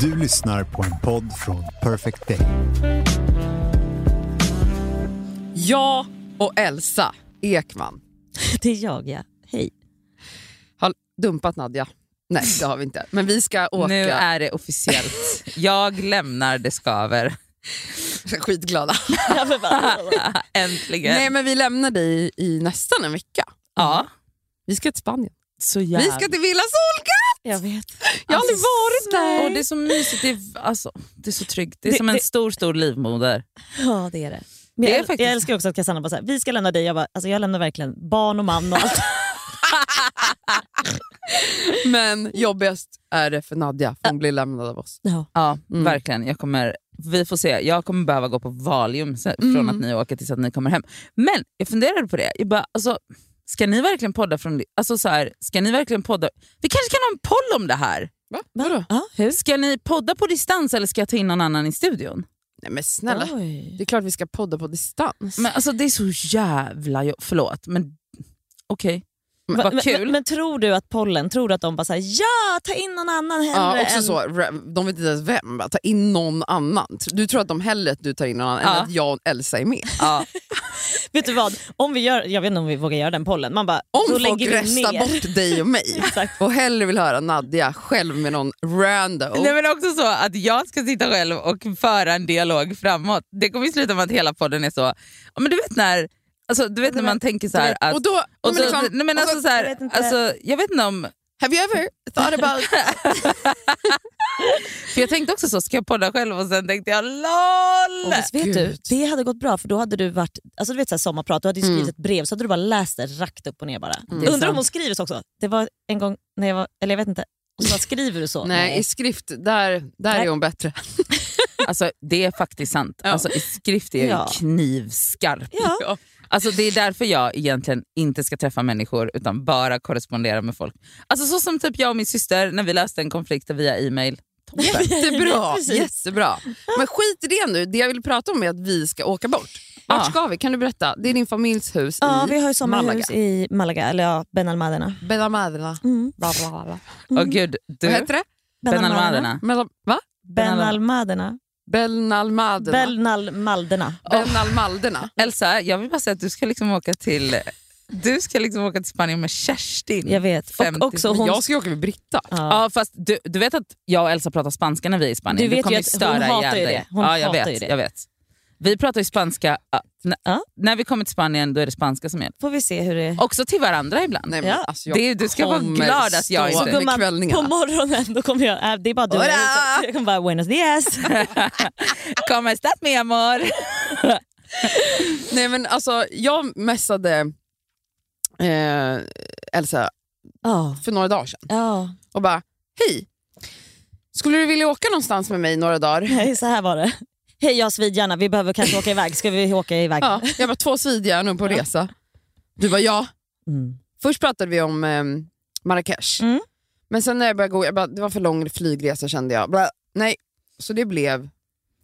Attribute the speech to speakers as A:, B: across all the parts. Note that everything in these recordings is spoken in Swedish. A: Du lyssnar på en podd från Perfect Day.
B: Jag och Elsa Ekman
C: Det är jag ja. Hej.
B: har dumpat Nadja. Nej, det har vi inte. Men vi ska åka.
D: Nu är det officiellt. Jag lämnar Det skaver.
B: skitglada.
D: Äntligen.
B: Nej, men vi lämnar dig i nästan en vecka.
D: ja.
B: Vi ska till Spanien.
D: Så
B: Vi ska till Villa Solka!
C: Jag vet.
B: Jag har aldrig
D: Alltså,
B: varit där.
D: Och det är så mysigt. Det är, alltså, det är så tryggt. Det är
C: Det-
D: som en
C: det-
D: stor, stor livmoder.
C: Ja det är det. Men
D: Det är
C: jag,
D: faktiskt-
C: jag älskar också att Cassandra bara såhär, vi ska lämna dig. Jag bara, alltså jag lämnar verkligen barn och man och allt.
B: Men jobbigast är det för Nadja, för hon blir lämnad av oss.
C: ja.
D: Ja,
B: Mm.
D: verkligen. Jag kommer, vi får se. Jag kommer behöva gå på Valium sen- från
B: Mm.
D: att ni åker tills att ni kommer hem. Men jag funderade på det. Jag bara, alltså, ska ni verkligen podda från... Alltså så här, ska ni verkligen podda? Vi kanske kan ha en poll om det här.
B: Va?
C: Vadå? Ja, hur?
D: Ska ni podda på distans eller ska jag ta in någon annan i studion?
B: Nej men snälla,
C: Oj.
B: det är klart vi ska podda på distans.
D: Men alltså Det är så jävla... jo- Förlåt, men okej.
C: Va-
D: Vad
C: men,
D: kul.
C: Men, men tror du att pollen, tror du att de bara såhär, ja ta in någon annan hellre
B: Ja, också
C: än...
B: så, ra- de vet inte ens vem, bara, ta in någon annan. Du tror att de hellre att du tar in någon annan än
D: Ja.
B: att jag och Elsa är med.
D: Ja.
C: Vet du vad, om vi gör, jag vet inte om vi vågar göra den pollen. Man bara,
B: Om
C: då
B: folk
C: lägger vi
B: röstar
C: ner.
B: bort dig och mig
C: Exakt.
B: och hellre vill höra Nadja själv med någon rando.
D: Nej, men också så att jag ska sitta själv och föra en dialog framåt. Det kommer ju sluta med att hela podden är så... Ja, men du vet när, alltså, du vet när man tänker så här att...
B: och då,
D: Och
B: men
D: så,
B: liksom,
D: nej, men
B: och så-
D: alltså, så här,
C: jag vet inte.
D: alltså, jag vet inte om...
B: have you ever thought about...
D: För jag tänkte också så, ska jag podda själv? Och sen tänkte jag LOL!
C: Och visst, vet du,
B: Gud.
C: det hade gått bra för då hade du varit, alltså du vet så här, sommarprat, du hade ju skrivit
B: Mm.
C: ett brev så hade du bara läst det rakt upp och ner bara.
D: är
C: Undrar om
D: sant.
C: hon skriver så också. Det var en gång när jag var, eller jag vet inte, och så bara, skriver du så?
B: Nej, i skrift, där, där
C: Nej.
B: är hon bättre.
D: Alltså, det är faktiskt sant.
B: Ja.
D: Alltså, I skrift är jag ju
C: Ja.
D: knivskarp.
C: Ja.
D: Alltså, det är därför jag egentligen inte ska träffa människor utan bara korrespondera med folk. Alltså, så som typ jag och min syster när vi löste en konflikt via e-mail. Toppen.
B: Jättebra,
C: precis.
B: jättebra. Men skit i det nu, det jag vill prata om är att vi ska åka bort. Vart
D: Ja.
B: ska vi? Kan du berätta? Det är din familjs hus
C: Ja,
B: i
C: vi har ju
B: Malaga.
C: sommarhus i Malaga, eller ja, Benalmaderna.
B: Benalmaderna.
C: Mm.
B: Bla, bla, bla, bla.
D: Åh
B: Mm.
D: gud,
B: Vad
D: du. Ah.
B: heter det?
D: Benalmaderna.
B: Mellan, va?
C: Benalmaderna.
B: Benalmaderna.
C: Benalmalderna.
B: Benalmalderna.
D: Elsa, jag vill bara säga att du ska liksom åka till... Du ska liksom åka till Spanien med Kerstin.
C: Jag vet. Och
D: 50.
C: också
B: Men
C: hon...
B: jag ska ju åka med Britta.
C: ja.
D: Ja, fast du, du vet att jag och Elsa pratar spanska när vi är i Spanien.
C: Du vet ju
D: kommer
C: att hon
D: störa
C: hatar
D: ihjäl
C: ju
D: dig.
C: det. Hon
D: ja, jag
C: hatar
D: vet,
C: ju det.
D: Jag vet. Vi pratar ju spanska. ja, n-
C: Ja.
D: När vi kommer till Spanien då är det spanska som gäller.
C: Får vi se hur det...
D: Också till varandra ibland.
B: Nej, men,
C: Ja.
B: alltså,
D: Det är- du ska vara
B: kommer
D: glad att jag
B: stå
D: inte-
B: med
C: Gumman, på
B: kvällningarna.
C: morgonen då kommer jag... Äh, det är bara du och jag.
B: Hola!
C: Jag kommer bara buenos dias.
D: Kommer stat mi amor.
B: Nej, men, alltså, jag messade eh, Elsa
C: Ja.
B: för några dagar sedan
C: Ja,
B: och bara, hej, skulle du vilja åka någonstans med mig några dagar?
C: Nej, så här var det. Hej, jag har svidhjärna. Vi behöver kanske åka iväg. Ska vi åka iväg?
B: Ja, jag var två svidhjärnor på resa. Du var ja.
C: Mm.
B: Först pratade vi om eh, Marrakesh.
C: Mm.
B: Men sen när jag började gå, jag bara, det var för lång flygresa kände jag. Bla, nej, så det blev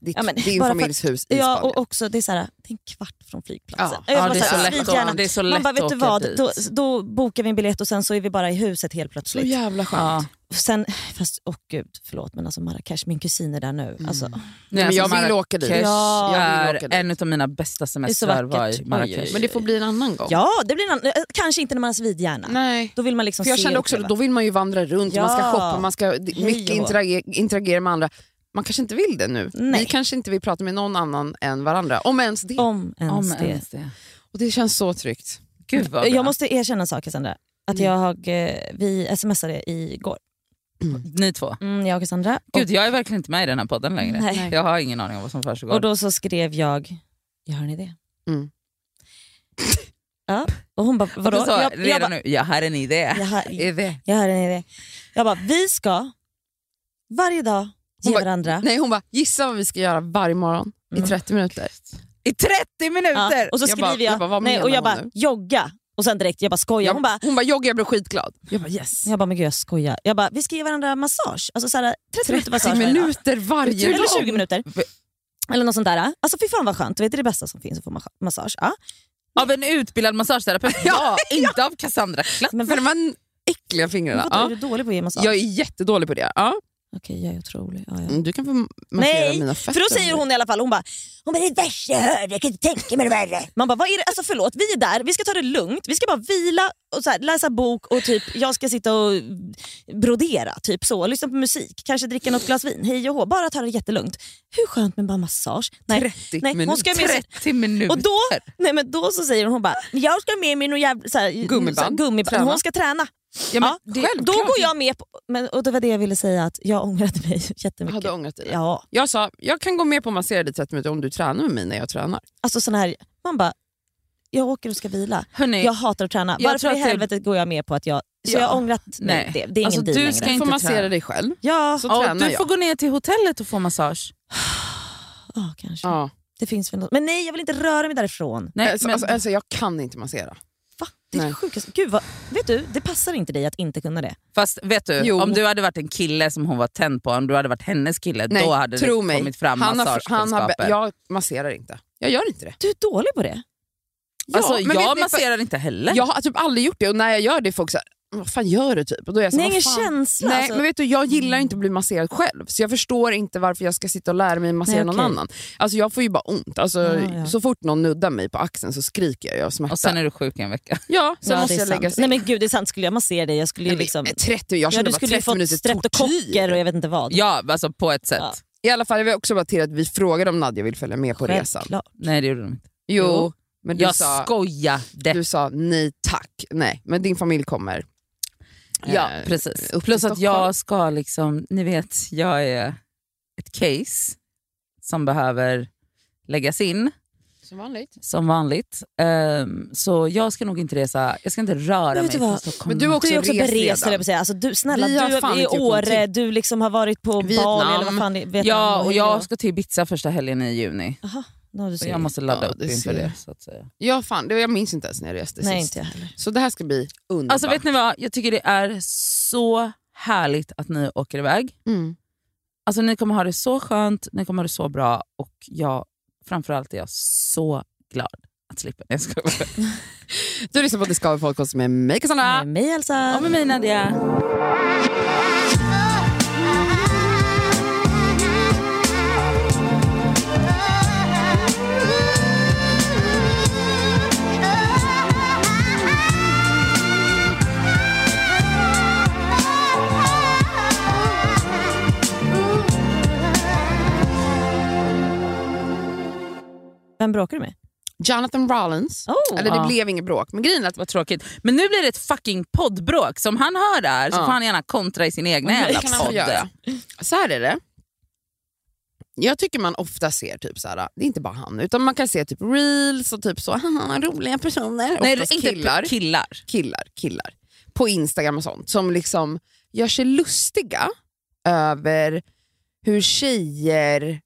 B: ditt,
C: Ja, men
B: din
C: bara för-
B: familjs hus i
C: Ja,
B: Spanien.
C: och också det är, så här, det är en kvart från flygplatsen.
B: Ja.
C: Jag
D: Ja,
C: bara
D: det, är
C: så
D: så
C: här,
D: lätt
C: svidhjärna.
D: att, det är så lätt
C: Man bara, vet
D: att
C: du
D: åka
C: vad?
D: dit.
C: Då, då bokar vi en biljett och sen så är vi bara i huset helt
B: så
C: plötsligt.
B: jävla skönt.
D: Ja.
C: Sen, fast, åh gud, förlåt men alltså Marrakesh, min kusin är där nu.
B: Mm.
C: Alltså,
B: Nej, men
D: alltså,
B: jag vill
D: Marrakesh
B: åka dit.
C: Ja.
B: Jag vill åka
D: är
B: dit.
D: en av mina bästa semestrar
C: vackert.
D: var
C: Oj,
D: i
C: oj,
D: Marrakesh.
B: Men det får bli en annan gång.
C: ja, det blir någon, eh, kanske inte när man har svidhjärna.
B: Nej.
C: Då vill man liksom
B: För jag
C: se
B: kände
C: och
B: också att
C: uppleva.
B: då vill man ju vandra runt,
C: Ja.
B: man ska shoppa, man ska d-
C: Hej
B: mycket
C: och hå.
B: interagera, interagera med andra. Man kanske inte vill det nu.
C: Nej.
B: Vi kanske inte vill prata med någon annan än varandra. Om ens det.
C: Om ens
D: Om
C: det.
D: ens det.
B: Och det känns så tryggt.
D: Gud vad bra.
C: Jag måste erkänna en sak Cassandra. Att
B: Mm.
C: jag, eh, vi smsade igår,
D: Ni två.
C: mm, jag och Cassandra. Och
D: Gud, jag är verkligen inte med i den här podden längre.
C: Nej.
D: Jag har ingen aning om vad som försiggår.
C: Och då så skrev jag, jag har en idé.
B: Mm.
C: Ja. Och hon bara,
D: Och
C: vadå?
D: du sa
C: jag,
D: redan
C: jag, bara,
D: nu, jag har en idé.
C: jag, har,
B: det.
C: jag har en idé. Jag bara, vi ska varje dag ge
B: bara,
C: varandra.
B: Nej, hon bara, gissa vad vi ska göra varje morgon
C: Mm.
B: i 30 minuter.
D: I 30 minuter!
C: Ja. Och så
B: Jag bara-
C: skriver jag,
B: jag bara, vad
C: nej,
B: menar
C: och
B: hon
C: jag bara,
B: nu?
C: jogga. Och sen direkt, jag bara skojar.
B: Jag,
C: Hon bara,
B: hon bara, jogga jag blir skitglad. Jag bara yes.
C: jag bara, men gud jag skojar. Jag bara, vi ska ge varandra massage. Alltså såhär, 30, minuter massage
B: 10
C: varje dag.
B: minuter varje dag.
C: Eller 20 minuter. Eller något sånt där. Alltså fy fan vad skönt. Du vet, det är det bästa som finns att få ma- massage. Ja.
D: Av en utbildad massageterapeut. ja, inte av Cassandra Klatt.
C: Men
B: För de här äckliga fingrarna.
C: vadå, är
B: Ja.
C: du dålig på att ge massage?
B: Jag är jättedålig på det. Ja.
C: Okej, jag är otrolig. Ja, ja.
B: Mm, Du kan få massera
C: Nej,
B: mina
C: för
B: fötter.
C: då säger hon i alla fall, hon bara, hon bara det är värsta jag hörde, jag kan inte tänka mig det värre. Man bara, vad är det? Alltså förlåt, vi är där, vi ska ta det lugnt, vi ska bara vila, och så här, läsa bok och typ, jag ska sitta och brodera, typ så, lyssna på musik, kanske dricka något glas vin, hej och hå, bara ta det jättelugnt. Hur skönt med bara massage? Nej,
D: 30,
C: Nej, hon
D: minut-
C: ska med sig-
D: 30 minuter.
C: och då, nej men då så säger hon, hon bara, jag ska med mig någon jävla så här,
B: Gummiband.
C: så här, gummiband.
B: Träna.
C: hon ska träna.
D: ja, men,
C: Ja,
D: det,
C: Då går jag med på, men, och det var det jag ville säga, att jag ångrade mig
B: Har
C: jättemycket.
B: du ångrat dig?
C: Ja,
B: Jag sa, jag kan gå med på att massera dig i 30 minuter om du tränar med mig när jag tränar.
C: alltså sån här, man bara, jag åker och ska vila.
D: Hörni,
C: Jag hatar att träna.
D: Jag tror
C: Varför
D: att
C: i
D: det-
C: helvete går jag med på att jag... Så
B: Ja.
C: jag har ångrat
D: Nej.
C: mig. Det, det är
D: Alltså,
C: ingen deal
D: du
C: längre.
D: ska
B: Du Alltså-
D: inte
B: får massera
D: träna.
B: dig själv,
C: Ja,
B: så
D: ja,
B: tränar
D: du
B: jag.
D: får gå ner till hotellet och få massage.
C: ja, kanske.
B: Ja.
C: Det finns väl något. Men nej, jag vill inte röra mig därifrån.
D: Nej,
B: Eh, alltså,
D: men,
B: alltså, alltså, jag kan inte massera.
C: Va? Det är
B: Nej.
C: det sjukaste. Gud, vad, vet du, det passar inte dig att inte kunna det.
D: Fast vet du,
B: Jo.
D: om du hade varit en kille som hon var tänd på, om du hade varit hennes kille,
B: Nej,
D: då hade
B: tro
D: det
B: mig.
D: kommit fram
B: Han har, han har,
D: massagekunskaper.
B: be- jag masserar inte. Jag gör inte det.
C: Du är dålig på det.
B: Ja,
D: alltså,
B: men vet
D: jag
B: ni,
D: masserar inte heller.
B: Jag har typ aldrig gjort det och när jag gör det är folk såhär, vad fan gör du? typ? Och då är jag så,
C: Nej,
B: "Vad
C: ingen
B: fan?"
C: känsla.
B: Nej,
C: alltså.
B: men vet du, jag gillar inte att bli masserad själv, så jag förstår inte varför jag ska sitta och lära mig massera
C: Nej,
B: någon
C: okej.
B: annan. Alltså, jag får ju bara ont. Alltså,
C: Ja, ja.
B: Så fort någon nuddar mig på axeln så skriker jag ju av smärta.
D: Och sen är du sjuk i en vecka.
B: ja, sen
C: Ja,
B: måste
C: det är
B: jag lägga
C: sant.
B: sig.
C: Nej men gud, det är sant. Skulle jag massera dig, jag skulle ju
B: Nej, men
C: liksom...
B: 30, jag
C: Ja,
B: kände
C: du
B: bara
C: skulle ju
B: 30
C: fått
B: minuters tortyr.
C: streptokocker och jag vet inte vad.
D: Ja, alltså på ett sätt.
C: Ja.
B: I alla fall, jag vill också bara till att vi frågade om Nadja vill följa med på resan.
C: Självklart.
D: Nej det gjorde de inte.
B: Jo, men du
D: Jag
B: sa,
D: skojade.
B: du sa nej tack. Nej, men din familj kommer.
D: ja,
B: Eh,
D: precis.
B: upp till
D: Plus att
B: Stockholm.
D: jag ska, liksom, ni vet, jag är ett case som behöver läggas in
B: Som vanligt.
D: som vanligt. Ehm, så jag ska nog inte resa, jag ska inte röra
C: Men
D: mig
C: vet du
D: till
C: vad?
D: Stockholm.
B: Men du har också,
C: Du är också
B: rest
C: berest
B: redan.
C: höll jag på att säga. Alltså, du, snälla,
B: Vi har
C: du
B: fan
C: är i
B: inte gjort
C: Åre,
B: någonting.
C: du liksom har varit på
B: Vietnam.
C: Bali eller vad fan det Vietnam,
D: ja, och
C: hej då.
D: jag ska till Ibiza första helgen i juni.
C: Jaha, då har du
D: Så
C: sett.
D: jag måste ladda
B: Ja,
D: upp
B: det
D: inför
B: ser jag.
D: det. Så att säga.
B: Ja, fan, det, jag minns inte ens när jag reste
C: Nej,
B: sist.
C: inte jag heller.
B: Så det här ska bli underbart.
D: Alltså vet ni vad, jag tycker det är så härligt att ni åker iväg.
B: Mm.
D: Alltså ni kommer ha det så skönt, ni kommer ha det så bra och jag, framförallt är jag så glad att slippa. Jag ska
B: Du lyssnar på Discover Podcast med mig Cassandra.
C: Med mig Elsa.
D: Ja, med mig Nadia.
C: Vem bråkar du med?
B: Jonathan Rollins.
C: Oh.
B: Eller det
D: Ja.
B: blev inget bråk, men grejen är att
D: Vad tråkigt. Men nu blir det ett fucking poddbråk. Som han hör det här så
B: Ja.
D: får han gärna kontra i sin egna
C: Men
D: jävla
B: Det kan han få
D: podd.
B: göra. Så här är det. Jag tycker man ofta ser, typ så här, det är inte bara han, utan man kan se typ reels och typ så, haha, roliga personer,
D: Nej,
B: oftast
D: inte
B: killar,
D: killar. killar.
B: killar, killar, på Instagram och sånt, som liksom gör sig lustiga över hur tjejer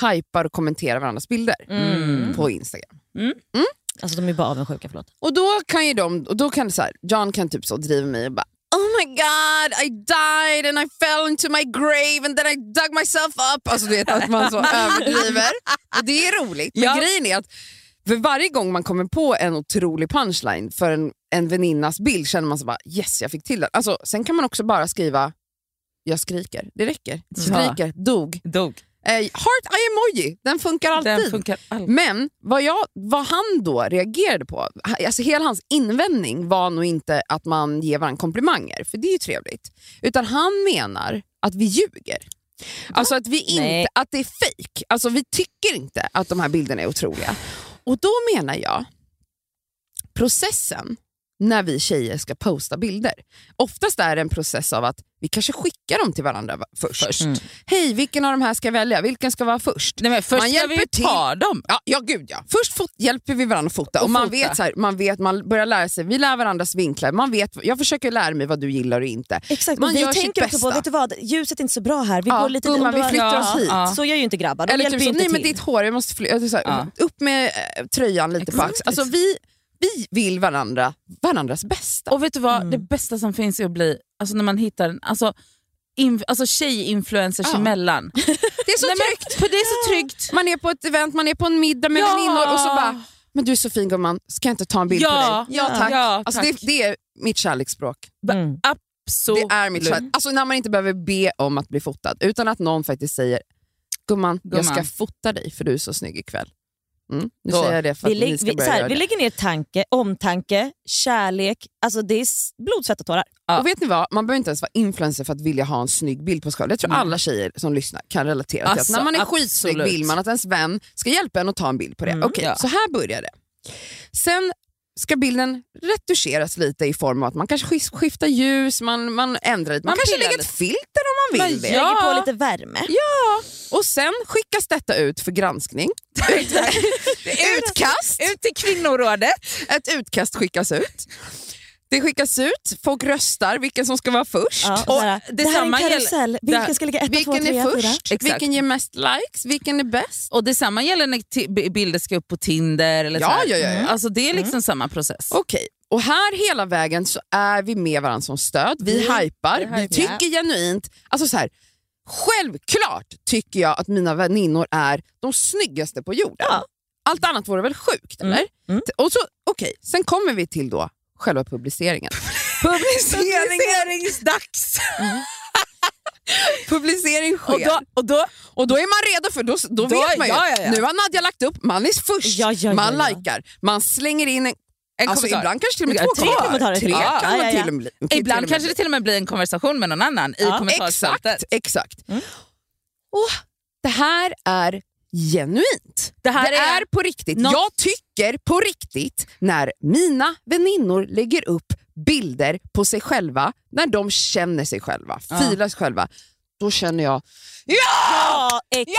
B: hypar och kommenterar varandras bilder
D: Mm.
B: på Instagram.
C: Alltså de är bara avundsjuka, förlåt.
B: Och då kan ju de, och då kan det så här, John kan typ så driva mig och bara Oh my god, I died and I fell into my grave and then I dug myself up. Alltså du vet att man så överdriver. Och det är roligt. Men
D: Ja.
B: grejen är att för varje gång man kommer på en otrolig punchline för en, en väninnas bild känner man så bara yes, jag fick till den. Alltså, sen kan man också bara skriva jag skriker, det räcker. Skriker, dog.
D: Dog.
B: Eh, heart eye-emoji, den funkar alltid.
D: Den funkar alltid. Mm.
B: Men vad, jag, vad han då reagerade på, alltså hela hans invändning var nog inte att man ger varandra komplimanger, för det är ju trevligt. Utan han menar att vi ljuger. Alltså att, vi
C: Nej.
B: inte, att det är fejk. Alltså vi tycker inte att de här bilderna är otroliga. Och då menar jag, processen när vi tjejer ska posta bilder. Oftast är det en process av att vi kanske skickar dem till varandra va- först. Hej, vilken av de här ska jag välja? Vilken ska vara först?
D: Mm. Nej, men först
B: Man
D: ska vi
B: hjälper
D: ju ta dem.
B: Ja, ja gud ja. Först fot- hjälper vi varandra att fota. Och
D: Och
B: man,
D: fota.
B: Vet, så här, man vet, man börjar lära sig, vi lär varandras vinklar. Man vet, jag försöker lära mig vad du gillar och inte.
C: Exakt,
B: Man
C: man vi
B: gör sitt
C: tänker också på,
B: bästa.
C: vet du vad, ljuset är inte så bra här. Vi
B: Ja,
C: går lite
B: gumman,
C: om du
B: vi
C: har-
B: flyttar
C: ja.
B: oss hit.
C: Ja. Så gör ju inte grabbar, de
B: Eller
C: hjälper
B: typ
C: ju
B: så,
C: inte
B: nej men
C: till.
B: ditt hår, jag måste fly- alltså, så här,
D: Ja.
B: upp med eh, tröjan lite på
D: Exakt.
B: axeln. Alltså, vi, vi vill varandra, varandras bästa.
D: Och vet du vad,
B: Mm.
D: det bästa som finns är att bli, alltså när man hittar en, alltså, in, alltså tjejinfluencers
B: Ja.
D: emellan.
B: det är så
D: Nej, men,
B: tryggt.
D: för det är så tryggt.
B: Man är på ett event, man är på en middag med
D: Ja.
B: väninnor och så bara, men du är så fin gumman, ska jag inte ta en bild
D: Ja.
B: på dig? Ja
C: Ja.
B: tack.
D: Ja,
B: Alltså,
D: tack.
B: Det, det är mitt kärleksspråk.
D: ba-
C: Mm.
D: Absolut.
B: Det är mitt svar. Alltså när man inte behöver be om att bli fotad, utan att någon faktiskt säger Gumman, jag ska
D: Gumman.
B: fota dig för du är så snygg ikväll. Mm. Nu
D: Då.
B: säger jag det för
C: Vi,
B: att
C: lä-
B: ni ska
C: vi, så
B: börja
C: här,
B: göra
C: vi
B: det.
C: lägger ner tanke, omtanke, kärlek. Alltså det är s- blod, svett och tårar.
D: Ja.
B: Och vet ni vad? Man behöver inte ens vara influencer för att vilja ha en snygg bild på sig själv. Jag tror
D: Nej.
B: alla tjejer som lyssnar kan relatera till
D: Alltså,
B: att när man är
D: absolut.
B: skitsnygg vill man att ens vän ska hjälpa en att ta en bild på det.
C: Mm,
B: Okej,
D: ja.
B: så här börjar det. Sen ska bilden retuscheras lite i form av att man kanske skif- skiftar ljus, man, man ändrar lite. Man,
D: Man
B: kanske
D: pillar
B: lägger
D: lite.
B: ett filter om man vill det.
D: Ja.
C: Lägger på lite värme.
B: Och sen skickas detta ut för granskning. Utkast.
D: Ut till kvinnorådet.
B: Ett utkast skickas ut. Det skickas ut, folk röstar vilken som ska vara först.
C: Ja, och
D: Och
C: så här, det här är en
D: detsamma gäller-
C: karusell.
D: det här-
C: Vilken ska ligga etta, två,
B: Vilken
C: trea,
B: är
C: fyra?
B: först?
D: Exakt.
B: Vilken ger mest likes? Vilken är bäst?
D: Och detsamma gäller när ti- b- bilder ska upp på Tinder. Eller
B: Ja,
D: så här.
B: ja, ja, ja.
D: Alltså, det är liksom samma process.
B: Okej, och här hela vägen så är vi med varandra som stöd. Vi
D: Mm,
B: hypar,
D: vi
B: vi
D: hypar.
B: tycker genuint. Alltså så här, självklart tycker jag att mina väninnor är de snyggaste på jorden.
C: Ja.
B: Allt annat vore väl sjukt, eller?
C: Mm.
B: Och så, okej, Sen kommer vi till då själva publiceringen. Publicering,
D: Publiceringsdags!
B: publicering sker.
D: Och då, och då,
B: Och då är man redo för då, då,
D: Då-
B: vet man ju.
D: ja, ja, ja.
B: Nu har Nadja lagt upp, man är först,
C: Ja, ja,
B: man
C: ja, ja.
B: likar, man slänger in en,
D: en
B: alltså
D: kommentar.
B: ibland kanske till och med
D: Ja,
B: två
D: tre
B: kommentarer.
C: kommentarer.
B: Tre
C: Ja,
B: kan
C: ja,
B: man
C: ja, ja.
B: till och med kan till och
D: Ibland
B: med
D: kanske det till och med blir en konversation med någon annan i
C: Ja.
D: kommentarsfältet. Mm.
B: Exakt, exakt. Och det här är genuint.
D: Det här
B: det
D: är-
B: är, på riktigt.
D: Nå-
B: Jag tycker på riktigt när mina väninnor lägger upp bilder på sig själva, när de känner sig själva,
D: Ja.
B: filar sig själva, då känner jag
C: Ja, exakt.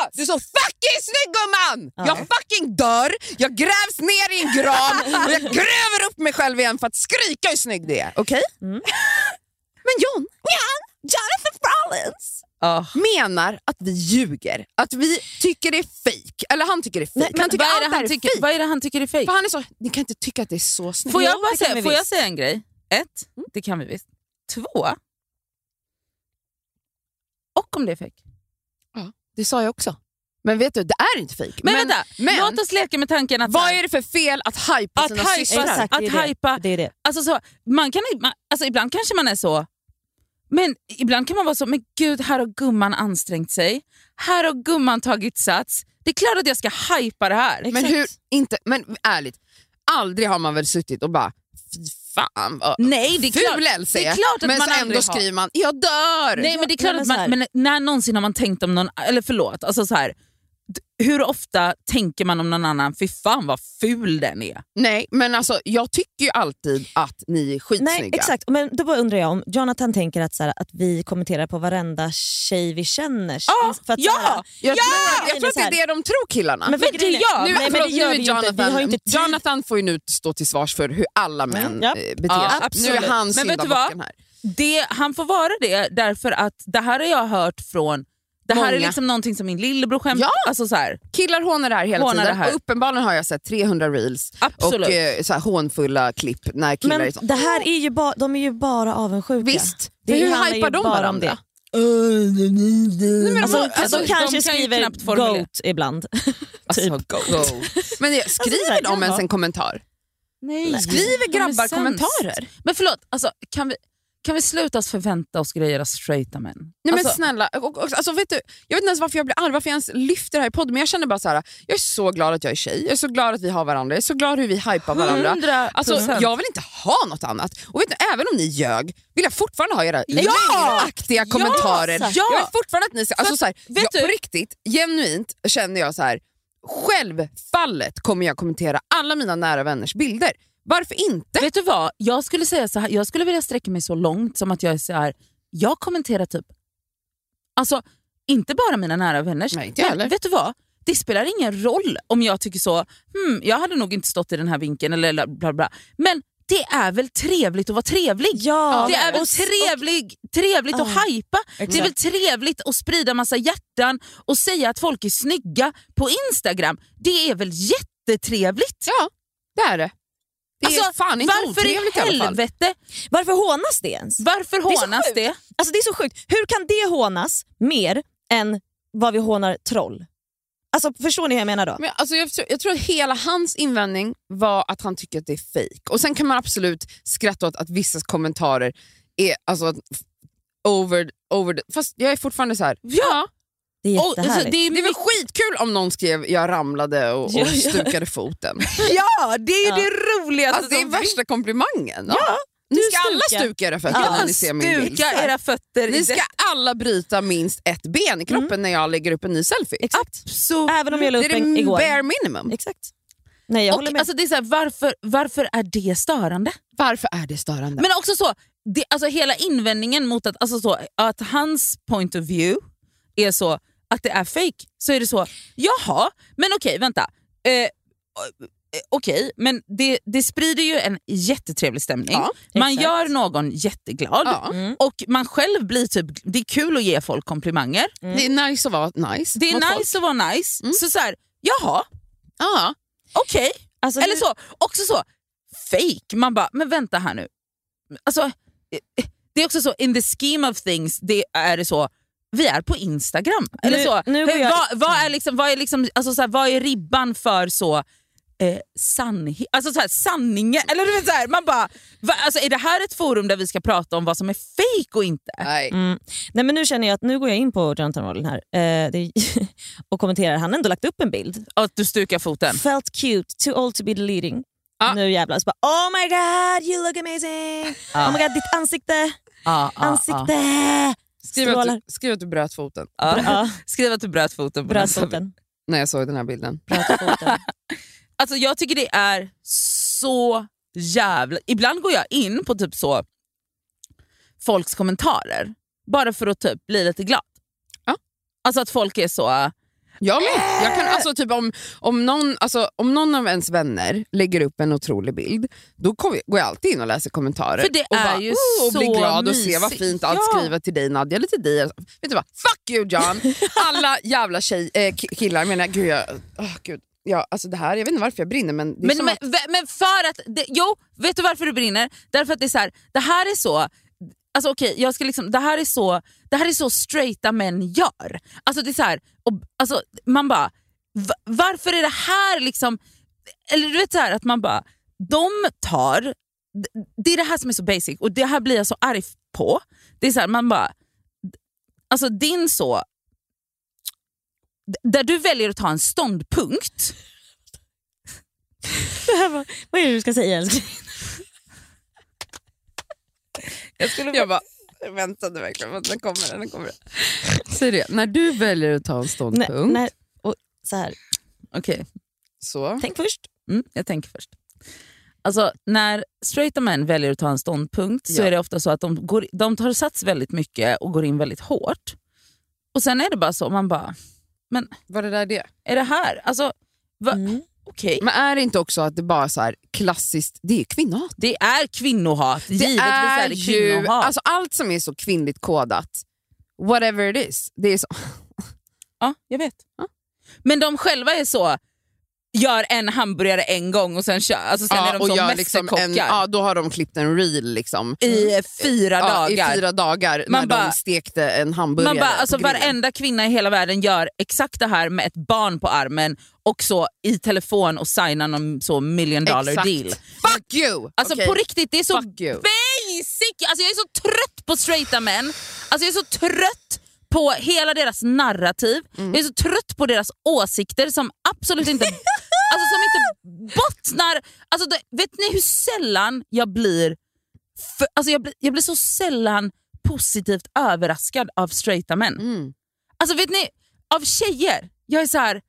B: "Ah, du är så fucking snygg gumman!
C: Ja.
B: Jag fucking dör, jag grävs ner i en grav och jag gräver upp mig själv igen för att skrika hur snygg du är. Okej?
C: Mm.
B: Men John, Jonathan Rollins
D: Ja.
B: menar att vi ljuger, att vi tycker det är fake. Eller han tycker det är fake.
C: Nej, men
B: han
D: Vad,
B: tycker
D: är
B: allt
D: det
B: det här
D: han
B: är
D: tycker,
B: fake.
D: vad är det han tycker är
B: För
D: fejk?
B: han är så, ni kan inte tycka att det är så snyggt.
D: Får
C: Jo,
D: jag,
C: det
D: bara
C: kan
D: säga,
C: vi
D: får jag
C: visst.
D: säga en grej? Ett, det kan vi visst. Två, och om det är fejk.
B: Det sa jag också. Men vet du, det är inte fake.
D: Men, vänta,
B: men-
D: låt oss leka med tanken att... så
B: vad
D: här-
B: är det för fel att hypa
D: Att
B: sina
D: hypa-
B: systrar?
D: Exakt.
C: det är
D: Att
C: det.
D: hypa-
C: Det är det.
D: Alltså så, man kan, man, alltså ibland kanske man är så, men ibland kan man vara så, men gud här har gumman ansträngt sig, här har gumman tagit sats, det är klart att jag ska hypa det här.
B: Men,
C: Exakt.
B: hur, inte, men ärligt, aldrig har man väl suttit och bara fy fan vad
D: Nej det är klart,
B: ful LC
D: det är klart att
B: men
D: man
B: så ändå
D: aldrig har.
B: skriver man jag dör.
D: Nej men det är klart
C: Nej, men
D: att
C: så här.
D: man, men när någonsin har man tänkt om någon, eller förlåt, alltså så här, d- hur ofta tänker man om någon annan, fy fan vad ful den är.
B: Nej, men alltså, jag tycker ju alltid att ni är skitsnygga.
C: Nej, exakt. Men då bara undrar jag om Jonathan tänker att, så här, att vi kommenterar på varenda tjej vi känner. Alltså,
D: Ja,
C: För att, så här,
D: ja,
B: Jag,
D: Ja!
B: tror, jag tror att det är det de tror killarna.
C: Men, för
D: Men
C: grejen
D: det
C: är-
D: gör-
B: Nu,
C: Nej, men det
B: förlåt,
C: gör
B: nu
C: vi
B: är
C: ju inte. Vi har
B: Jonathan,
C: ju inte tid.
B: Jonathan får ju nu stå till svars för hur alla män
C: Mm, ja.
B: eh, beter
D: Ja,
B: sig.
D: absolut.
B: Nu är han
D: Men vet du
B: syndabocken här.
D: Det, han får vara det därför att det här har jag hört från det här är
B: Många.
D: liksom någonting som min lillebror skämtar
B: Ja.
D: alltså så här,
B: Killar hånar det här hela
D: Hånar
B: tiden
D: det här.
B: och uppenbarligen har jag sett 300 reels
D: Absolut.
B: och eh, så här, hånfulla klipp när killar
C: Men
B: är så.
C: det här är ju bara, de är ju bara avundsjuka.
B: Visst,
C: Det
B: för
C: handlar
B: hur
C: ju
B: hypar de
C: bara om
B: varandra?
C: det.
B: men
C: Alltså,
B: vad- alltså,
C: de
D: de
C: kanske
D: kan ju
C: skriver
D: knappt formulera.
C: goat ibland.
D: Alltså,
C: typ,
D: go.
B: Men jag skriver
C: så här,
B: de ens
C: jaha.
B: en kommentar?
D: Nej.
B: Skriver
D: De är
B: grabbar
D: sämst.
B: kommentarer?
D: Men förlåt, alltså, kan, vi, kan vi sluta oss förvänta oss grejer av straighta män?
B: Nej men
D: Alltså,
B: snälla, och, och, alltså, vet du, jag vet inte ens varför jag blir arg, varför jag ens lyfter det här i podden, men jag känner bara så här, jag är så glad att jag är tjej, jag är så glad att vi har varandra, jag är så glad hur vi hypar varandra.
D: 100%.
B: Alltså, jag vill inte ha något annat. Och vet du, även om ni ljög vill jag fortfarande ha era
D: Ja! alltså.
B: lögnaktiga kommentarer.
D: ja!
B: Jag vill fortfarande att ni ska... Alltså, så här,
D: vet
B: jag,
D: du-
B: på riktigt, genuint känner jag så här. självfallet kommer jag kommentera alla mina nära vänners bilder. Varför inte?
D: Vet du vad? Jag skulle säga så här, jag skulle vilja sträcka mig så långt som att jag är så här, jag kommenterar typ, alltså inte bara mina nära vänners,
B: Nej, inte jag
D: men
B: heller.
D: vet du vad? Det spelar ingen roll om jag tycker så, hmm, jag hade nog inte stått i den här vinkeln eller la- bla bla. Men det är väl trevligt att vara trevlig?
C: Ja,
D: det är väl
C: och s-
D: trevlig, trevligt
C: Ja.
D: att hypa? Det är väl trevligt att sprida massa hjärtan och säga att folk är snygga på Instagram? Det är väl jättetrevligt?
B: Ja, det är det. Det är
D: Alltså,
B: fan inte
D: Varför
B: otrevligt
D: i
B: i alla fall.
D: helvete?
C: Varför hånas det ens?
D: Varför
C: är så
D: hånas
C: sjukt.
D: det?
C: Alltså det är så sjukt. Hur kan det hånas mer än vad vi hånar troll? Alltså förstår ni hur jag menar då?
B: Men alltså jag, tror- jag tror att hela hans invändning var att han tycker att det är fejk. Och Sen kan man absolut skratta åt att vissa kommentarer är alltså att f- over, over, the- fast jag är fortfarande så här.
D: Ja,
C: Det är
D: och,
C: jättehärligt.
D: alltså, det är
B: Det är väl
D: mycket,
B: skitkul om någon skrev jag ramlade och,
C: Ja,
B: och
C: ja.
B: stukade foten.
D: ja, det är ju
C: Ja.
D: det roligaste
B: Alltså, det är
D: som
B: värsta komplimangen. Ja.
C: du
B: Ni ska alla
C: stukar.
B: stuka era fötter
C: Ja,
B: när ni ser min bild.
D: Stuka era fötter. i
B: Ni ska
D: det.
B: alla bryta minst ett ben i kroppen när jag lägger upp en ny selfie.
C: Mm. Exakt.
D: Absolut.
C: Även om jag la
B: Det
C: upp
B: är
C: en
B: det
C: igår.
B: bare minimum.
C: Exakt. Nej, jag håller
D: Och,
C: med.
D: alltså, det är så här, varför, varför är det störande?
B: Varför är det störande?
D: Men också så, det, alltså hela invändningen mot att, alltså så, att hans point of view är så att det är fake. Så är det så, jaha, men okej vänta. Eh, eh, okej, men det, det sprider ju en jättetrevlig stämning.
B: Ja,
D: man
C: exakt.
D: gör någon jätteglad
B: ja.
C: Mm.
D: och man själv blir typ, det är kul att ge folk komplimanger.
B: Det är nice att vara nice.
D: Mm. Alltså, Det är
B: mot folk.
D: nice att vara nice.
B: Mm.
D: Så så här, jaha,
B: Ja.
D: okej.
C: Alltså,
D: Eller så, också så, fake. Man bara, men vänta här nu. Alltså, eh, eh, det är också så, in the scheme of things, det är det så, vi är på Instagram. Eller
C: Nu-
D: så,
C: nu går
D: Eh,
C: jag-
D: vad, vad är liksom, vad är liksom, alltså så här, vad är ribban för så eh, sannhet, alltså så här, sanningen? Eller du vet så här, man bara, va, alltså är det här ett forum där vi ska prata om vad som är fake och inte?
B: Nej.
C: Mm. Nej, men nu känner jag att nu går jag in på Jonathan Rollin här eh, det, och kommenterar. Han har ändå lagt upp en bild.
D: Att du stukar foten.
C: Felt cute, too old to be deleting.
D: Ah.
B: Ja.
C: Nu jävlar. Så bara, oh my god, you look amazing!
D: Ja.
C: Oh my god, ditt ansikte,
D: Ah, ah, ah.
C: ansikte!
B: Skriv, att
C: Strålar.
B: du, skriv att du bröt foten
D: Ja.
C: Ja,
D: Skriv att du bröt foten. på nästa bild.
C: Bröstfoten.
B: när jag såg den här bilden.
C: Bröstfoten.
D: Alltså jag tycker det är så jävla... Ibland går jag in på typ så folks kommentarer bara för att typ bli lite glad.
B: Ja.
D: Alltså att folk är så... äh,
B: Jag med. Jag kan, alltså, typ, om, om, någon, alltså, om någon av ens vänner lägger upp en otrolig bild, då kom- går jag alltid in och läser kommentarer.
D: För det
B: och
D: är ju
B: "Oh", och blir
D: så
B: glad och ser vad
D: mysigt.
B: fint allt
D: Ja.
B: skriver till dig Nadja eller till dig. Vet du vad? Fuck you John! Alla jävla tjej, eh, ki- killar menar jag. Gud, jag, åh, gud. Ja, alltså det här, jag vet inte varför jag brinner men det är
D: Men,
B: som
D: men,
B: att,
D: vä- men för att... Det, jo, vet du varför du brinner? Därför att det är så här, det här är så... Alltså okej, jag ska liksom, det här är så det här är så straighta män gör. Alltså det är så här, och, alltså, man bara, va- varför är det här liksom... Eller du vet så här att man bara, de tar... d- Det är det här som är så basic och det här blir jag så arg på. Det är så här, man bara... d- Alltså din så... d- Där du väljer att ta en ståndpunkt
C: Det här var- Vad är det du ska säga älskling?
B: jag, skulle, jag bara jag väntade verkligen på att den kommer. Den, den kommer. Säg det, när du väljer att ta en
C: Nej,
B: ståndpunkt,
C: nej, och så här.
D: Okej,
B: så...
C: Tänk först.
D: mm, jag tänker först. Alltså, när straighta män väljer att ta en ståndpunkt så
B: Ja.
D: är det ofta så att de, går, de tar sats väldigt mycket och går in väldigt hårt. Och sen är det bara så, man bara,
B: Var det där det?
D: är det här? Alltså, va?
C: Mm.
D: okej.
B: Men är det inte också att det bara så här klassiskt, det är ju kvinnohat.
D: Det är kvinnohat, givetvis är det
B: ju,
D: kvinnohat.
B: alltså allt som är så kvinnligt kodat, whatever it is, det är så.
D: ja, jag vet. Men de själva är så, gör en hamburgare en gång och sen kör, alltså sen är de så
B: gör liksom
D: mästerkockar.
B: en, ja, då har de klippt en reel liksom.
D: I fyra
B: Ja,
D: dagar.
B: I fyra dagar
D: Man
B: när
D: bara-
B: de stekte en hamburgare
D: Man bara, alltså
B: på grillen.
D: varenda kvinna i hela världen gör exakt det här med ett barn på armen och så i telefon och signar någon så million dollar
B: Exakt.
D: deal.
B: Fuck you!
D: Alltså
B: Okej,
D: på riktigt, det är så
B: Fuck you.
D: basic! Alltså jag är så trött på straighta män. Alltså jag är så trött på hela deras narrativ.
B: Mm.
D: Jag är så trött på deras åsikter som absolut inte alltså som inte bottnar... Alltså det, vet ni hur sällan jag blir för, alltså jag, blir- jag blir så sällan positivt överraskad av straighta män.
B: Mm.
D: Alltså vet ni, av tjejer, jag är så här,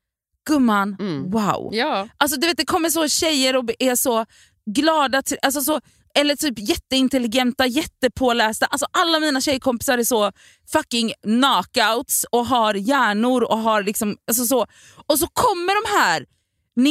D: gumman,
B: Mm.
D: wow.
B: Ja.
D: Alltså du vet det kommer så tjejer och är så glada, till, alltså så, eller typ jätteintelligenta, jättepålästa. Alltså alla mina tjejkompisar är så fucking knockouts och har hjärnor och har liksom, alltså så. Och så kommer de här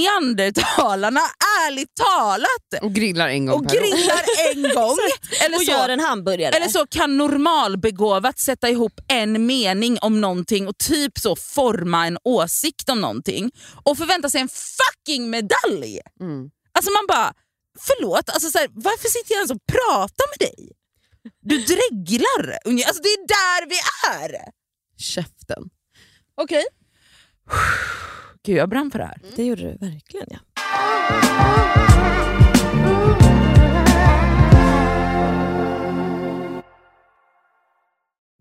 D: neandertalarna, ärligt talat,
B: Och grillar en gång
D: och
B: per år.
D: grillar en gång. eller
C: och
D: så.
C: gör en hamburgare.
D: Eller så kan normalbegåvat sätta ihop en mening om någonting och typ så forma en åsikt om någonting och förvänta sig en fucking medalj.
B: Mm.
D: Alltså man bara, förlåt, alltså så här, varför sitter jag ens och pratar med dig? Du dreglar. unge- Alltså det är där vi är.
B: Käften.
D: Okej. Gud, jag brann för det här.
C: Det gjorde du verkligen ja.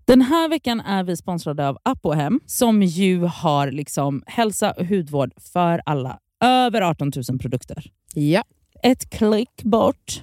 D: Den här veckan är vi sponsrade av Apohem som ju har liksom hälsa och hudvård för alla. Över 18 000 produkter.
B: Ja.
D: Ett klick bort.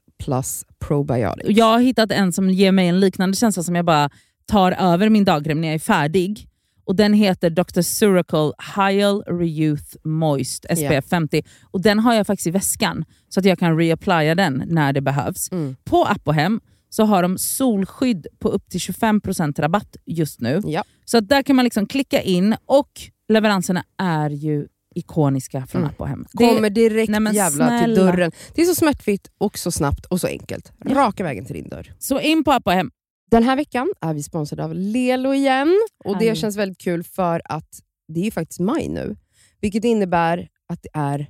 B: Plus Probiotics.
D: Jag har hittat en som ger mig en liknande känsla som jag bara tar över min dagkräm när jag är färdig. Och Den heter Dr. Suracle Hyal Reyouth Moist SPF
B: Ja.
D: 50. Och Den har jag faktiskt i väskan så att jag kan reapplya den när det behövs.
B: Mm.
D: På App och Hem så har de solskydd på upp till 25% rabatt just nu.
B: Ja.
D: Så att där kan man liksom klicka in och leveranserna är ju ikoniska från
B: Mm.
D: App och Hem. Det-
B: Kommer direkt
D: Nej, men
B: jävla till
D: snälla.
B: dörren. Det är så smärtfritt och så snabbt och så enkelt. Raka vägen till din dörr.
D: Så in på App och Hem.
B: Den här veckan är vi sponsrade av Lelo igen. Och Det
D: Härligt.
B: känns väldigt kul för att det är ju faktiskt maj nu. Vilket innebär att det är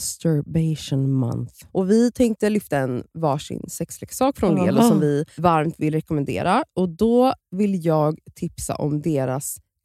B: masturbation month. Och Vi tänkte lyfta en varsin sexleksak från Lelo
D: Aha.
B: som vi varmt vill rekommendera. Och Då vill jag tipsa om deras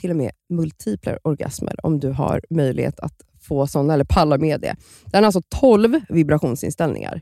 B: till och med multipla orgasmer om du har möjlighet att få sådana eller palla med det. Den har alltså 12 vibrationsinställningar.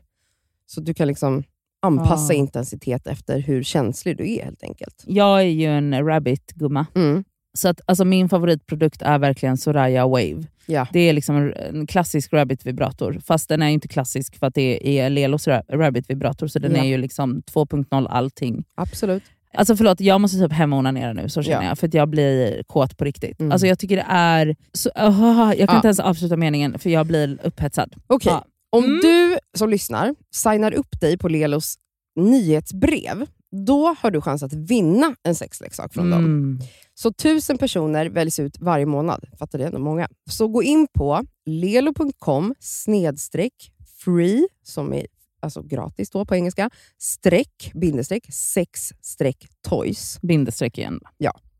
B: Så du kan liksom anpassa
D: Ah.
B: intensitet efter hur känslig du är helt enkelt.
D: Jag är ju en rabbit-gumma.
B: Mm.
D: Så att, alltså, min favoritprodukt är verkligen Soraya Wave.
B: Ja.
D: Det är liksom en, en klassisk rabbit-vibrator. Fast den är ju inte klassisk för att det är Lelos ra- rabbit-vibrator. Så den
B: Ja.
D: är ju liksom 2.0 allting.
B: Absolut.
D: Alltså förlåt, jag måste typ hem och onanera nu. Så känner
B: Ja.
D: jag. För att jag blir kåt på riktigt.
B: Mm.
D: Alltså jag tycker det är... Så, ah, jag
B: Ja.
D: kan inte ens avsluta meningen för jag blir upphetsad.
B: Okej,
D: Ja.
B: om
D: Mm.
B: du som lyssnar signar upp dig på Lelos nyhetsbrev, då har du chans att vinna en sexleksak från dem.
D: Mm.
B: Så tusen personer väljs ut varje månad. Fattar det? är Ändå många. Så gå in på lelo.com snedstreck free, som är alltså gratis då på engelska, streck, bindestreck, sex streck toys.
D: Bindestreck igen.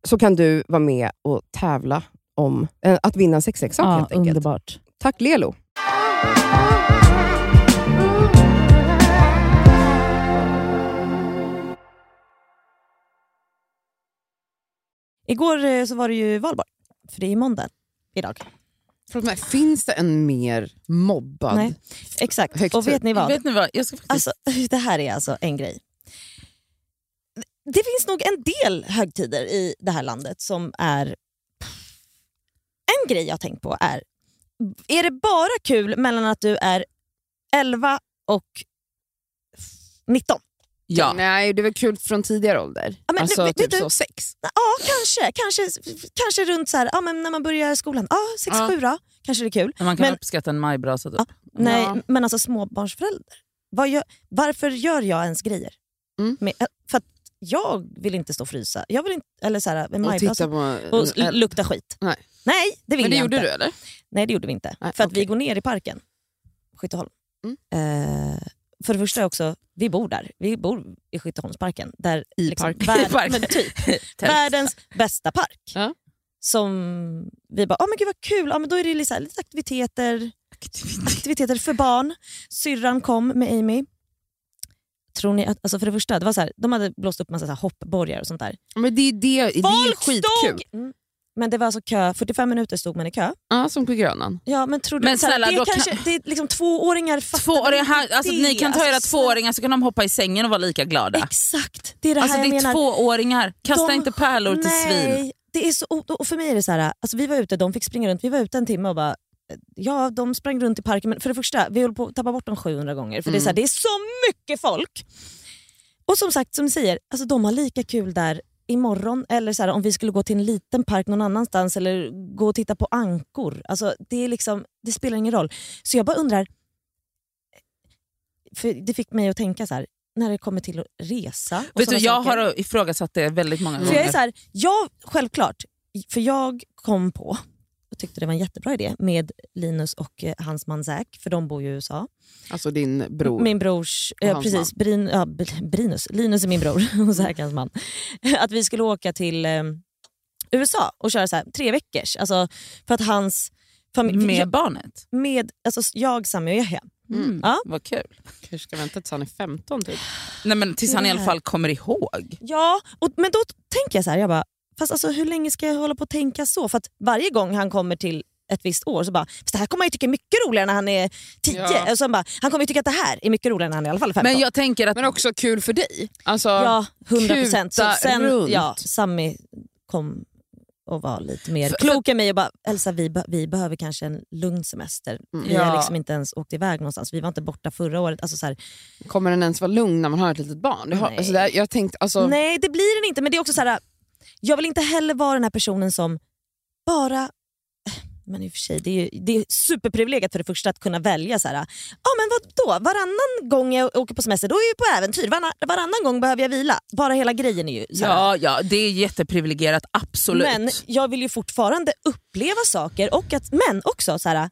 B: Så kan du vara med och tävla om eh, att vinna en sexleksak
D: Ja,
B: helt enkelt.
D: underbart.
B: Tack Lelo!
C: Igår eh, så var det ju valborg, för det är måndag idag.
B: Förlåt mig, finns det en mer mobbad?
C: Nej. Exakt,
B: Högt
C: och vet ni vad?
D: Vet ni vad? Jag ska faktiskt...
C: Alltså, det här är alltså en grej. Det finns nog en del högtider i det här landet som är... En grej jag har tänkt på är, är det bara kul mellan att du är 11 och 19?
D: ja.
B: Nej, det var kul från tidigare ålder.
C: Ja, men
B: alltså
C: vet- vet
B: typ
C: du-
B: så sex.
C: Ja, kanske. Kanske, kanske runt så här, ja, men när man börjar skolan. Ja, 6-7 då. Kanske det är kul.
D: Men Man kan
C: Men-
D: uppskatta en majbrasa typ.
C: Ja. Nej,
B: Ja.
C: men alltså småbarnsförälder. Vad gör, varför gör jag ens grejer?
B: Mm.
C: Med, för att jag vill inte stå och frysa. Jag vill inte, eller så här,
B: Och
C: med maj,
B: titta
C: alltså,
B: på... eh,
C: och s- lukta skit.
B: Nej.
C: Nej, det vill
B: Men det
C: jag
B: gjorde
C: inte.
B: du eller?
C: Nej, det gjorde vi inte.
B: Nej,
C: för att
B: okej.
C: vi går ner i parken, Skytteholm.
B: Mm.
C: Eh, för det första också, vi bor där. Vi bor i Skytteholmsparken. Där, I
B: parken.
D: I parken.
C: Men typ,
D: Tält.
C: världens bästa park.
B: Ja.
C: Som vi bara, åh men gud vad kul, ja, men då är det lite, så här, lite aktiviteter, aktiviteter för barn. Syrran kom med Amy. Tror ni att, alltså för det första, det var så här, de hade blåst upp massa så här hoppborgar och sånt där.
B: Men det, är det, det är
C: Folk
B: skitkul.
C: stod! Mm. Men det var alltså kö, 45 minuter stod man i kö.
B: Ja, som på Grönan.
C: Ja, men tror du,
D: Men
C: så här,
D: snälla,
C: det,
D: då
C: är kanske,
D: kan-
C: det är liksom tvååringar fattar
D: Två
C: väl
D: år,
C: inte
D: här, alltså,
C: det?
D: ni kan ta
C: Alltså,
D: era tvååringar så kan de hoppa i sängen och vara lika glada.
C: Exakt, det är det
D: Alltså
C: här
D: det
C: jag
D: är
C: menar.
D: tvååringar, kasta
C: De-
D: inte pärlor till svin.
C: Nej, det är så, o- och för mig är det så här, alltså vi var ute, de fick springa runt, vi var ute en timme och bara Ja, de sprang runt i parken, men för det första, vi höll på att tappa bort dem 700 gånger. För det, är så
D: Mm.
C: här, det är så mycket folk! Och som sagt, som ni säger, alltså de har lika kul där imorgon, eller så här, om vi skulle gå till en liten park någon annanstans, eller gå och titta på ankor. Alltså, det, är liksom, det spelar ingen roll. Så jag bara undrar, för det fick mig att tänka så här, när det kommer till att resa. och
D: Vet du,
C: såna
D: jag
C: saker.
D: har ifrågasatt det väldigt många
C: För jag är
D: gånger.
C: så här, jag, självklart, för jag kom på och tyckte det var en jättebra idé med Linus och eh, hans man Zac, för de bor ju i USA.
B: Alltså din bror.
C: Min brors,
B: Och
C: eh,
B: hans
C: precis, Brin, ja, B- Brinus, Linus är min bror och Zac är hans man. Att vi skulle åka till eh, USA och köra så här, tre veckors, alltså, för att hans familj...
D: Med barnet.
C: med alltså, jag, Sami och Yahya.
B: Mm.
C: Ja.
D: Vad kul.
B: Kanske ska vänta tills han är 15 typ.
D: Nej, men tills
C: Det
D: han i alla
C: här.
D: fall kommer ihåg.
C: Ja, och, men då t- tänker jag så här, jag bara, fast alltså, hur länge ska jag hålla på och tänka så? För att varje gång han kommer till ett visst år så bara, fast det här kommer han ju tycka är mycket roligare när han är tio.
B: Ja.
C: Och sen bara, han kommer ju tycka att det här är mycket roligare när han är i alla fall 15.
D: Men jag tänker att
B: Men också kul för dig. Alltså,
C: ja, 100 procent.
B: kuta
C: Sen
B: runt.
C: ja, Sammy kom och var lite mer
D: För-
C: klok än mig och bara, Elsa vi, be- vi behöver kanske en lugn semester. Vi har
D: Ja.
C: liksom inte ens åkt iväg någonstans. Vi var inte borta förra året. Alltså så här,
B: kommer den ens vara lugn när man har ett litet barn? Det har,
C: Nej.
B: alltså, det här, jag tänkte, alltså,
C: Nej, det blir den inte. Men det är också så här, jag vill inte heller vara den här personen som bara... eh, Men i och för sig, det är, ju, det är superprivilegiet för det första att kunna välja. Så här, ah, men vadå? Varannan gång jag åker på semester, då är jag på äventyr. Varannan, varannan gång behöver jag vila. Bara hela grejen är ju så här.
D: Ja, ja, det är jätteprivilegierat. Absolut.
C: Men jag vill ju fortfarande uppleva saker. Och att, men också så här,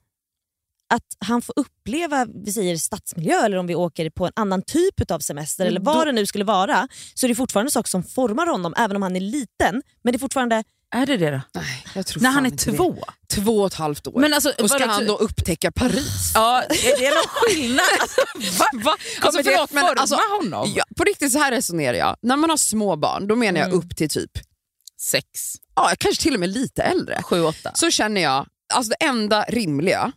C: att han får uppleva vi säger stadsmiljö eller om vi åker på en annan typ av semester eller vad det nu skulle vara. Så är det fortfarande saker som formar honom även om han är liten. Men det är fortfarande...
D: är det det då?
B: nej, jag tror
D: När
B: fan
D: han är
B: inte
D: två?
B: Det. Två och ett halvt år.
D: Men alltså,
B: och ska
D: vadå,
B: han
D: ty-
B: då upptäcka Paris?
D: Ja, är det någon skillnad? Alltså, va? Alltså,
B: det-
D: förlåt,
B: men
D: forma
B: alltså-
D: honom?
B: Ja, på riktigt så här resonerar jag. När man har små barn, då menar jag upp till typ,
D: Sex,
B: ja, kanske till och med lite äldre.
D: sju, åtta.
B: Så känner jag, alltså det enda rimliga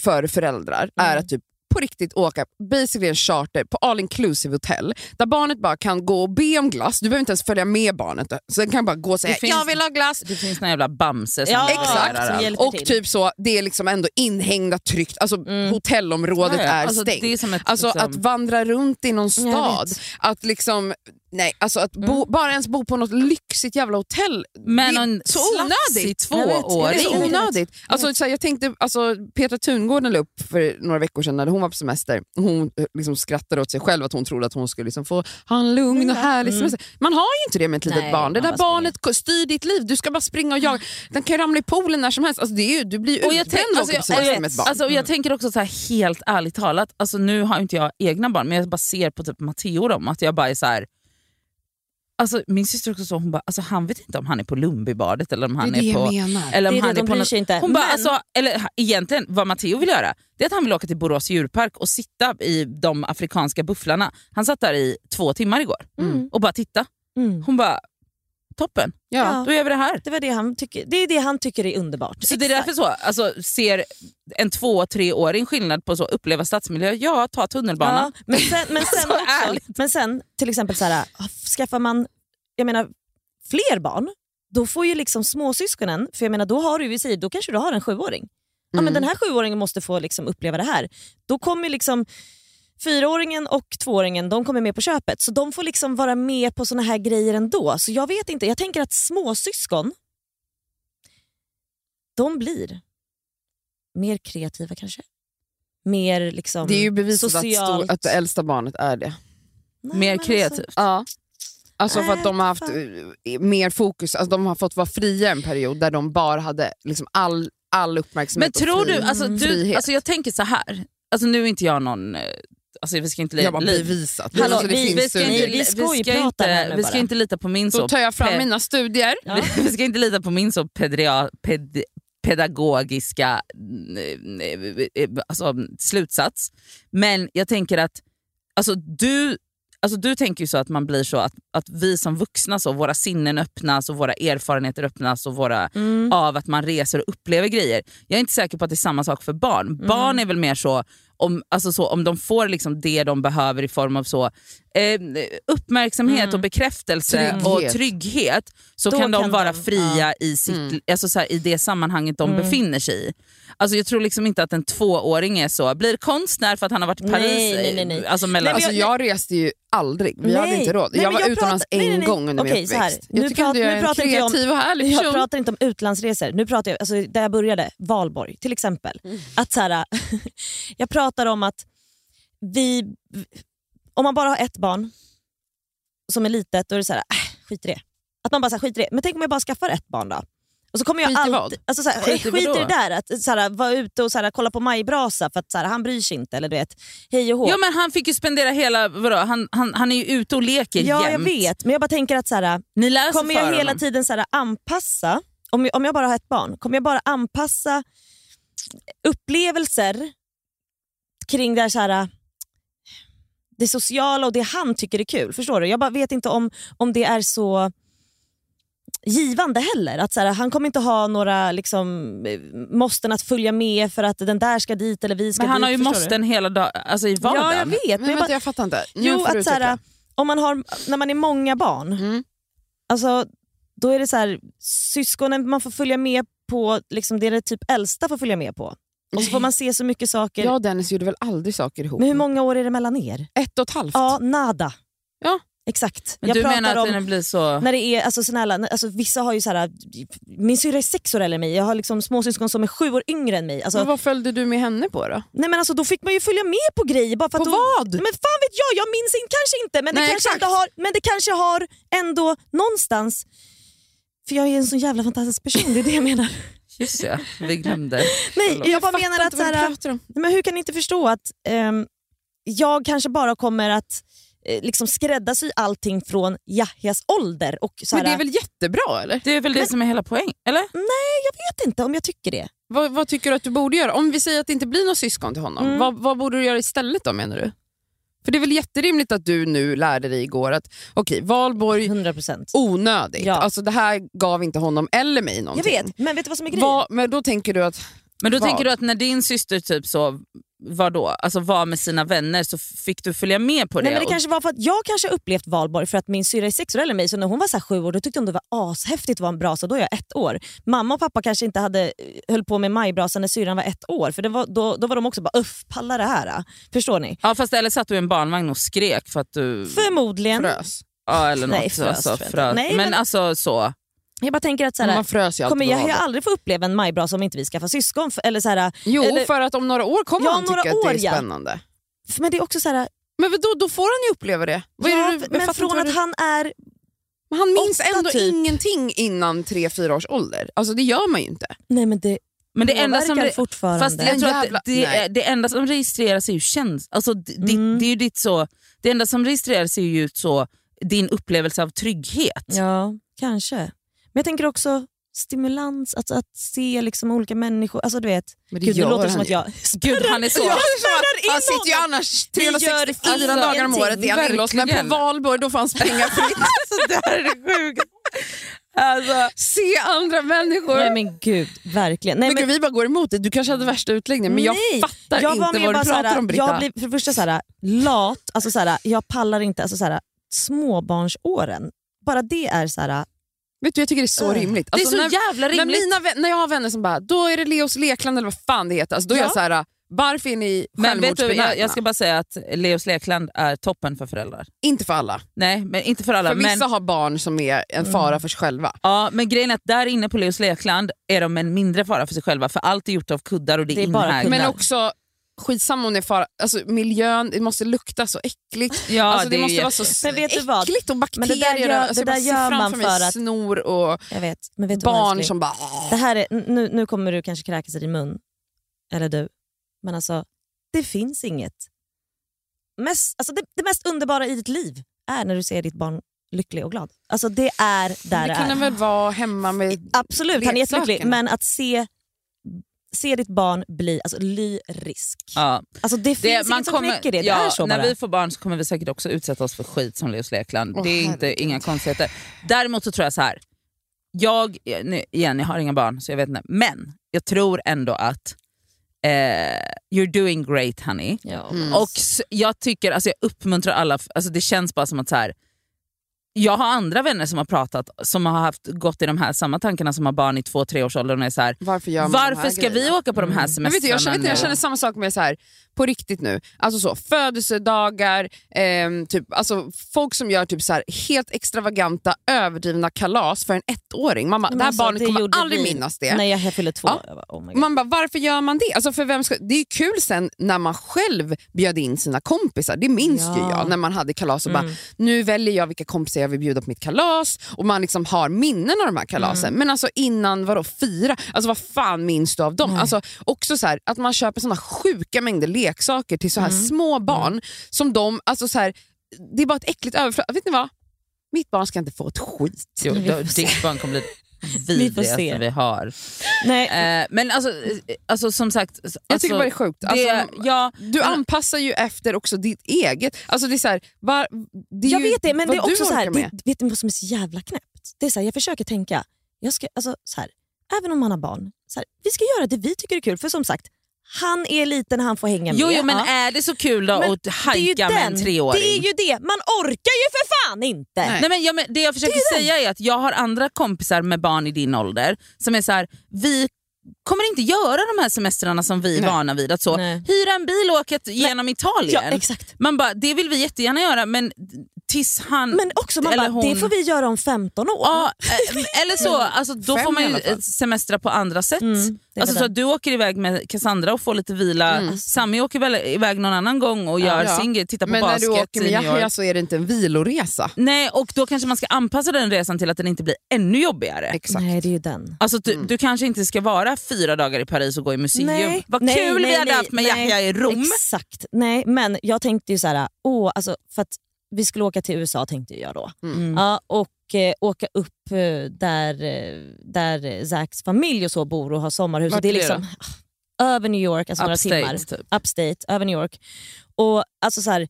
B: för föräldrar är att typ på riktigt åka basically en charter på all inclusive hotell där barnet bara kan gå och be om glass. Du behöver inte ens följa med barnet. Så den kan bara gå och säga
D: Det finns-
B: jag vill ha glass.
D: Det finns någon jävla Bamse som
C: Ja,
D: reglerar
B: Exakt.
D: allt.
C: hjälper
B: Och
C: till.
B: typ så, det är liksom ändå inhängda tryggt. Alltså hotellområdet
D: Ja, ja.
B: är
D: Alltså,
B: stängt.
D: det är som ett,
B: Alltså
D: liksom-
B: att vandra runt i någon
C: jag
B: stad. Att liksom, nej, alltså att bo, bara ens bo på något lyxigt jävla hotell.
D: Mm. Men
B: det
D: någon
B: är så
D: slafsig
B: onödigt.
C: Jag
B: Det är
C: vet,
B: så
C: jag vet.
D: tvååring.
B: onödigt. Alltså, så här, jag tänkte, alltså, Petra Tungården la upp för några veckor sedan när hon var på semester. Hon eh, liksom, skrattade åt sig själv att hon trodde att hon skulle liksom, få ha en
D: Mm.
B: lugn och härlig semester. Man har ju inte det med ett litet
C: Nej,
B: barn. Det
C: man
B: där
C: bara
B: barnet styr ditt liv. Du ska bara springa och jaga. Den kan ju ramla i poolen när som helst. Alltså, det är ju, du blir ju
D: Och jag,
B: utbränd
D: tänk,
B: av att
D: alltså,
B: åka på semester
D: jag, jag,
B: med ett
D: vet.
B: barn. Mm.
D: alltså, och jag tänker också så här, helt ärligt talat, alltså, nu har inte jag egna barn men jag bara ser på typ Matteo och dem att jag bara är så här. Alltså, min syster också så, hon bara, alltså, han vet inte om han är på Lumbibadet eller om han
B: det är det
D: är
B: jag
D: på...
B: menar.
D: Eller om
C: Det är det,
D: han
C: de
D: är på
C: bryr
D: någon-
C: sig inte.
D: Hon bara,
C: Men-
D: alltså, eller ha- egentligen vad Matteo vill göra det är att han vill åka till Borås djurpark och sitta i de afrikanska bufflarna. Han satt där i två timmar igår
C: Mm.
D: och bara titta.
C: Mm.
D: Hon bara, toppen,
B: ja.
C: Ja.
D: då gör vi det här.
C: Det, var det, han tycker, det är det han tycker är underbart.
D: Så det är därför så, alltså, ser en två treåring skillnad på så uppleva stadsmiljö? Ja, ta tunnelbanan.
C: Ja, men sen, men sen,
D: Så
C: också,
D: ärligt.
C: men sen till exempel så här, skaffar man jag menar, fler barn, då får ju liksom småsyskonen, för jag menar då har du ju i sig, då kanske du har en sjuåring. Ja,
D: Mm.
C: men den här sjuåringen måste få liksom uppleva det här. Då kommer liksom fyraåringen och tvååringen de kommer med på köpet. Så de får liksom vara med på såna här grejer ändå. Så jag vet inte, jag tänker att småsyskon, de blir mer kreativa kanske. Mer liksom
B: Det är ju beviset att,
C: socialt.
B: stor, att det äldsta barnet är det.
C: Nej,
D: Mer
C: men alltså-
D: kreativt.
B: Ja. Alltså för att de har haft
C: Äh,
B: eh, mer fokus, alltså de har fått vara fria en period där de bara hade liksom all, all
D: Men
B: uppmärksamhet
D: tror
B: och fri,
D: du, alltså, du
B: frihet.
D: alltså jag tänker så här. Alltså nu är inte jag någon, eh, alltså vi ska inte
B: jag
D: lita
B: bara
D: li-
B: bevisat.
C: Hallå,
B: alltså, det
C: vi-
B: finns
D: vi ska
C: ni-
B: studier.
D: inte,
C: vi
D: vi ska
C: skojpratar här
D: inte,
C: nu
D: vi ska
C: bara.
D: inte lita på min så
B: Då tar jag fram
D: pe-
B: mina studier.
C: Ja.
D: vi ska inte lita på min så pedria, ped, pedagogiska mm, eh, eh, alltså, slutsats. Men jag tänker att alltså, du, alltså, du tänker ju så att man blir så att, att vi som vuxna, så, våra sinnen öppnas och våra erfarenheter öppnas och våra,
C: Mm.
D: av att man reser och upplever grejer. Jag är inte säker på att det är samma sak för barn.
C: Mm.
D: Barn är väl mer så om, alltså så, om de får liksom det de behöver i form av så, eh, uppmärksamhet
C: Mm.
D: och bekräftelse
B: Trygghet.
D: och trygghet så
C: Då
D: kan de
C: kan
D: vara
C: de- Mm.
D: fria i, sitt, alltså så här, i det sammanhanget de befinner sig i. Alltså jag tror liksom inte att en tvååring är så, blir konstnär för att han har varit i
C: Nej,
D: Paris.
C: nej, nej, nej.
D: eh, Alltså mellan,
B: Alltså, jag reste ju aldrig, vi hade
C: Nej.
B: inte råd.
C: Nej,
B: jag
C: men
B: var
C: jag
B: utomlands
C: pratar- nej,
B: en
C: nej, nej.
B: gång under min
C: Okej, så här.
B: uppväxt. Jag
C: Nu
B: tycker ändå
C: pratar-
B: jag
C: nu
B: är en
C: pratar inte jag om-
B: kreativ och härlig
C: Jag
B: person.
C: pratar inte om utlandsresor. Nu pratar jag, alltså, där jag började, Valborg till exempel.
D: Mm.
C: Att, så här, jag pratar om att vi, om man bara har ett barn som är litet, då är det så här, äh, skit i det. Att man bara så här, skit i det. Men tänk om jag bara skaffar ett barn då? Och så kommer jag
B: Skit i
C: alltid,
B: vad?
C: Alltså, så här,
D: Skit
C: skit,
D: i
C: i
D: vadå?
C: det där, att så här, vara ute och så här, kolla på Majbrasa för att så här, han bryr sig inte. Eller du vet, hej och hå.
D: ja, men han fick ju spendera hela, vadå, han, han, han är ju ute och leker
C: ja jag
D: jämt.
C: vet, men jag bara tänker att så här,
D: Ni läser
C: kommer
D: Alltså, för
C: jag hela
D: honom.
C: tiden så här, anpassa, om jag, om jag bara har ett barn, kommer jag bara anpassa upplevelser kring det, här, så här, det sociala och det han tycker är kul? Förstår du? Jag bara vet inte om, om det är så givande heller. Att så här, han kommer inte ha några liksom, eh, måsten att följa med för att den där ska dit eller vi ska
D: Men han
C: dit.
D: har ju
C: förstår du?
D: måsten hela dagen, alltså i vardagen.
C: Ja, jag vet. Men
B: Men
C: jag bara,
B: vänta, jag fattar inte. Nu
C: Jo,
B: får du
C: att så här,
B: utveckla.
C: om man har, när man är många barn,
B: Mm.
C: alltså, då är det så här, syskonen man får följa med på, liksom, det är det typ äldsta får följa med på. Och så får man se så mycket saker.
B: Jag och Dennis gjorde väl aldrig saker ihop?
C: Men hur många år är det mellan er?
B: Ett och ett halvt.
C: Ja, nada.
B: Ja.
C: Exakt.
D: Men
C: jag
D: du
C: pratar
D: menar att
C: om
D: den blir så...
C: när det är, alltså, snälla, när- alltså, vissa har ju så här, min syrra är sex år äldre än mig, jag har liksom småsyskon som är sju år yngre än mig. Alltså,
B: Men vad följde du med henne på då?
C: nej, men alltså, då fick man ju följa med på grejer. Bara för
B: På
C: att då,
B: vad?
C: Men fan vet jag, jag minns in, kanske inte men, det
B: Nej,
C: kanske
B: exakt.
C: inte har, men det kanske har ändå någonstans för jag är en så jävla fantastisk person, det är det jag menar.
D: Just det, vi glömde.
C: Nej,
D: Förlåt.
C: jag bara menar att
B: inte
C: så
B: vad du
C: här,
B: pratar om.
C: men hur kan ni inte förstå att ehm, jag kanske bara kommer att eh, liksom skräddarsy allting från Yahjas ålder. Och så här,
B: Men det är väl jättebra eller?
D: Det är väl det som är hela poängen, eller?
C: Jag vet inte om jag tycker det.
B: Vad, vad tycker du att du borde göra? Om vi säger att det inte blir något syskon till honom,
C: Mm.
B: vad, vad borde du göra istället då menar du? För det är väl jätterimligt att du nu lärde dig igår att okej, Valborg,
C: 100%.
B: onödigt.
C: Ja.
B: Alltså det här gav inte honom eller mig
C: Jag
B: någonting.
C: vet, men vet du vad som är grejen?
B: Vad, men då tänker du att,
D: Men då
B: Vad?
D: tänker du att när din syster typ så var, då, alltså var med sina vänner så fick du följa med på det?
C: Nej, men det
D: och-
C: kanske var för att jag kanske har upplevt valborg för att min syrra är sex år äldre än mig så när hon var så här sju år då tyckte hon det var ashäftigt att vara en brasa. Då är jag ett år. Mamma och pappa kanske inte hade eh, höll på med majbrasan när syrran var ett år för det var, då, då var de också bara uff, pallar det här? ah?" Förstår ni?
D: Ja, fast eller satt du i en barnvagn och skrek för att du...
C: Förmodligen.
B: frös.
D: ja, eller något,
C: Nej, frös
D: alltså,
C: tror jag inte.
D: frö...
C: Nej,
D: men,
C: men-
D: alltså så.
C: Jag bara tänker att så
B: Men
C: här,
B: man frös ju alltid
C: kommer
B: på
C: jag, jag
B: Valborg.
C: aldrig få uppleva en majbrasa om inte vi skaffar syskon? För, eller så här,
B: Jo,
C: eller-
B: för att om några år kommer
C: Ja,
B: han
C: om
B: tycka
C: några
B: att det
C: år,
B: är
C: ja.
B: spännande.
C: för- men det är också så här,
B: Men då, då får han ju uppleva det. Vad är
C: ja,
B: det du- jag
C: men
B: fattar
C: från
B: inte vad
C: att
B: du-
C: han är...
B: Men han minns
C: Åtta,
B: ändå
C: typ.
B: ingenting innan 3-4 års ålder. Alltså det gör man ju inte.
C: Nej men det,
D: Men det enda som...
C: påverkar
D: re-
C: fortfarande.
D: Fast jag tror
B: Jävla-
D: att det,
B: nej.
D: det, det enda som registreras är ju känslan. Alltså, d- ditt-
C: Mm.
D: Det är ju ditt så... Det enda som registreras är ju så din upplevelse av trygghet.
C: Ja, kanske. Men jag tänker också stimulans, att, att se liksom olika människor. Alltså du vet,
B: Men
C: Gud, nu låter det som
B: han
C: att
B: ju.
C: jag...
D: Gud, han är så...
B: Ja, det är så att
C: in
B: han sitter ju
C: honom.
B: annars
C: Vi gör
B: 364
C: ingenting.
B: dagar om året i
D: Verkligen.
B: inlåst, men på valborg då får han springa fritt.
D: Alltså, det här är sjukt. Alltså,
B: Se andra människor.
C: Nej men gud, verkligen. Nej,
B: men
C: men,
B: gud, vi bara går emot det. Du kanske hade värsta utläggningen men jag
C: Nej,
B: fattar
C: jag var
B: inte
C: mer
B: vad du
C: bara så här,
B: pratar om Britta.
C: Jag blir för det första så här, lat, alltså så här, jag pallar inte. Alltså så här, småbarnsåren, bara det är så här...
B: Vet du, jag tycker det är så
C: Ugh.
B: rimligt.
D: det är
B: Alltså,
D: så
B: när,
D: jävla
B: när,
D: rimligt.
B: mina, vän- när jag har vänner som bara, då är det Leos lekland eller vad fan det heter. Alltså, då är
C: Ja.
B: jag så här, varför är ni
D: Men vet du,
B: självmordsbenägna?
D: jag, jag ska bara säga att Leos lekland är toppen för föräldrar.
B: Inte för alla.
D: Nej, men inte för alla.
B: För
D: men,
B: vissa har barn som är en
C: Mm.
B: fara för sig själva.
D: ja, men grejen är att där inne på Leos lekland är de en mindre fara för sig själva för allt är gjort av kuddar och det,
C: Det är bara
D: inhägnat.
C: kuddar.
B: Men också skitsamma om det är fara, alltså, miljön, det måste lukta så äckligt.
D: Ja,
B: alltså, det,
D: är
B: måste
D: ju
B: vara så s-
C: Men vet du
B: äckligt
C: vad?
B: och
C: Men det där
B: bakterier.
C: gör-
B: alltså,
C: det där
B: jag bara
C: gör
B: ser
C: man
B: framför mig
C: för att-
B: snor och
C: Jag vet, men vet du vad,
B: barn
C: älskling?
B: som bara...
C: Det här är, nu, nu kommer du kanske kräkas i din mun, eller du, men alltså det finns inget. Mest, alltså det, det mest underbara i ditt liv är när du ser ditt barn lycklig och glad. Alltså det är där
B: Det
C: det, är.
B: kunde väl vara hemma med...
C: Absolut, han är jättelycklig,
B: leksakerna.
C: men att se, se ditt barn bli alltså, lyrisk.
D: Ja,
C: Alltså det finns
D: det,
C: inget som knäcker det,
D: ja,
C: det är så
D: när
C: bara.
D: vi får barn så kommer vi säkert också utsätta oss för skit som Leos Lekland.
B: Åh,
D: det är inte,
B: herregud.
D: inga konstigheter. Däremot så tror jag så här. Jag, nu, igen, jag har inga barn så jag vet inte. Men jag tror ändå att eh, you're doing great honey.
C: Ja.
B: Mm.
D: Och s- jag tycker, alltså jag uppmuntrar alla, f- alltså det känns bara som att så här. Jag har andra vänner som har pratat, som har haft, gått i de här samma tankarna som har barn i två, tre års ålder och är så här.
B: Varför gör man de
D: Varför
B: här
D: ska
B: grejerna? Mm.
D: vi åka på de här
B: Men vet du,
D: semestrarna
B: jag, känner, vet du, jag
D: nu?
B: känner samma sak med så här, på riktigt nu. Alltså så, födelsedagar, ehm, typ, alltså folk som gör typ så här, helt extravaganta, överdrivna kalas för en ettåring. Man bara,
C: Men
B: det här
C: alltså,
B: barnet
C: det
B: kommer
C: gjorde
B: aldrig
C: vi
B: minnas det.
C: När jag jag fyllde två.
B: Ja.
C: Jag bara, oh my God.
B: Man bara, varför gör man det? Alltså för vem ska, det är ju kul sen när man själv bjöd in sina kompisar. Det minns ju
C: Ja.
B: jag när man hade kalas och bara, nu väljer jag vilka kompisar jag vill bjuda på mitt kalas och man liksom har minnen av de här kalasen. Men alltså innan vadå fyra? Alltså vad fan minns du av dem? Alltså också så här, att man köper såna sjuka mängder leksaker till så här små barn som de, alltså så här, det är bara ett äckligt överflöd. Vet ni vad? Mitt barn ska inte få ett skit.
D: Jo,
C: Vi
D: då,
C: får
D: ditt barn kommer bli det
C: Vi får se.
D: vidrigaste vi har.
C: Nej,
D: Eh, men alltså, eh, alltså som sagt.
B: Jag tycker
D: alltså,
B: bara det är sjukt. Alltså,
D: det, ja,
B: Du anpassar ju efter också ditt eget. Alltså det är så här, var, det är
C: jag
B: ju
C: vet det, men
B: vad
C: det är
B: du
C: också så här,
B: orkar
C: det,
B: med.
C: vet ni vad som är så jävla knäppt? Det är så här, jag försöker tänka, jag ska, alltså, så här, även om man har barn, så här, vi ska göra det vi tycker är kul. För som sagt, han är liten, han får hänga med.
D: jo, jo, men
C: Ja.
D: är det så kul då
C: Men
D: att
C: det är ju
D: hajka med en
C: den-
D: treåring?
C: Det är ju det, man orkar ju för fan inte!
B: Nej.
D: Nej, men jag, men- det jag försöker säga är att jag har andra kompisar med barn i din ålder som är så här, vi kommer inte göra de här semestrarna som vi är
B: Nej.
D: vana vid. Att så,
C: Nej.
D: hyra en bil och åka t- genom
C: Ja,
D: Italien.
C: exakt.
D: Man bara, det vill vi jättegärna göra men tills han...
C: Men också, man
D: Eller
C: bara, det
D: hon.
C: får vi göra om 15 år.
D: ja, eh, eller så, alltså, då
B: Mm. Fem
D: får man
B: i
D: ju
B: alla fall.
D: semestra på andra sätt.
C: Mm, det är
D: Alltså
C: väl
D: så
C: det.
D: att du åker iväg med Cassandra och får lite vila. Sammy åker väl iväg någon annan gång och gör
B: Mm. Ja.
D: sin grej, tittar på
B: Men när
D: basket
B: du åker med
D: i New York.
B: Yahya så är det inte en viloresa.
D: Nej, och då kanske man ska anpassa den resan till att den inte blir ännu jobbigare.
B: Exakt.
C: Nej, det är ju den.
D: Alltså du, du kanske inte ska vara fyra dagar i Paris och gå i museum.
C: Nej,
D: Vad
C: nej,
D: kul
C: nej,
D: vi hade
C: nej,
D: haft med
C: nej.
D: Yahya i Rom.
C: Exakt. Nej, men jag tänkte ju så här, åh, alltså, för att vi skulle åka till USA tänkte jag då.
D: Mm.
C: Ja, och eh, åka upp eh, där, eh, där eh, Zacks familj och så bor och har sommarhus.
B: Vart
C: Och det är
B: är det
C: liksom ah, över New York, alltså
D: Upstate,
C: några timmar.
D: typ.
C: Upstate, över New York. Och alltså så här,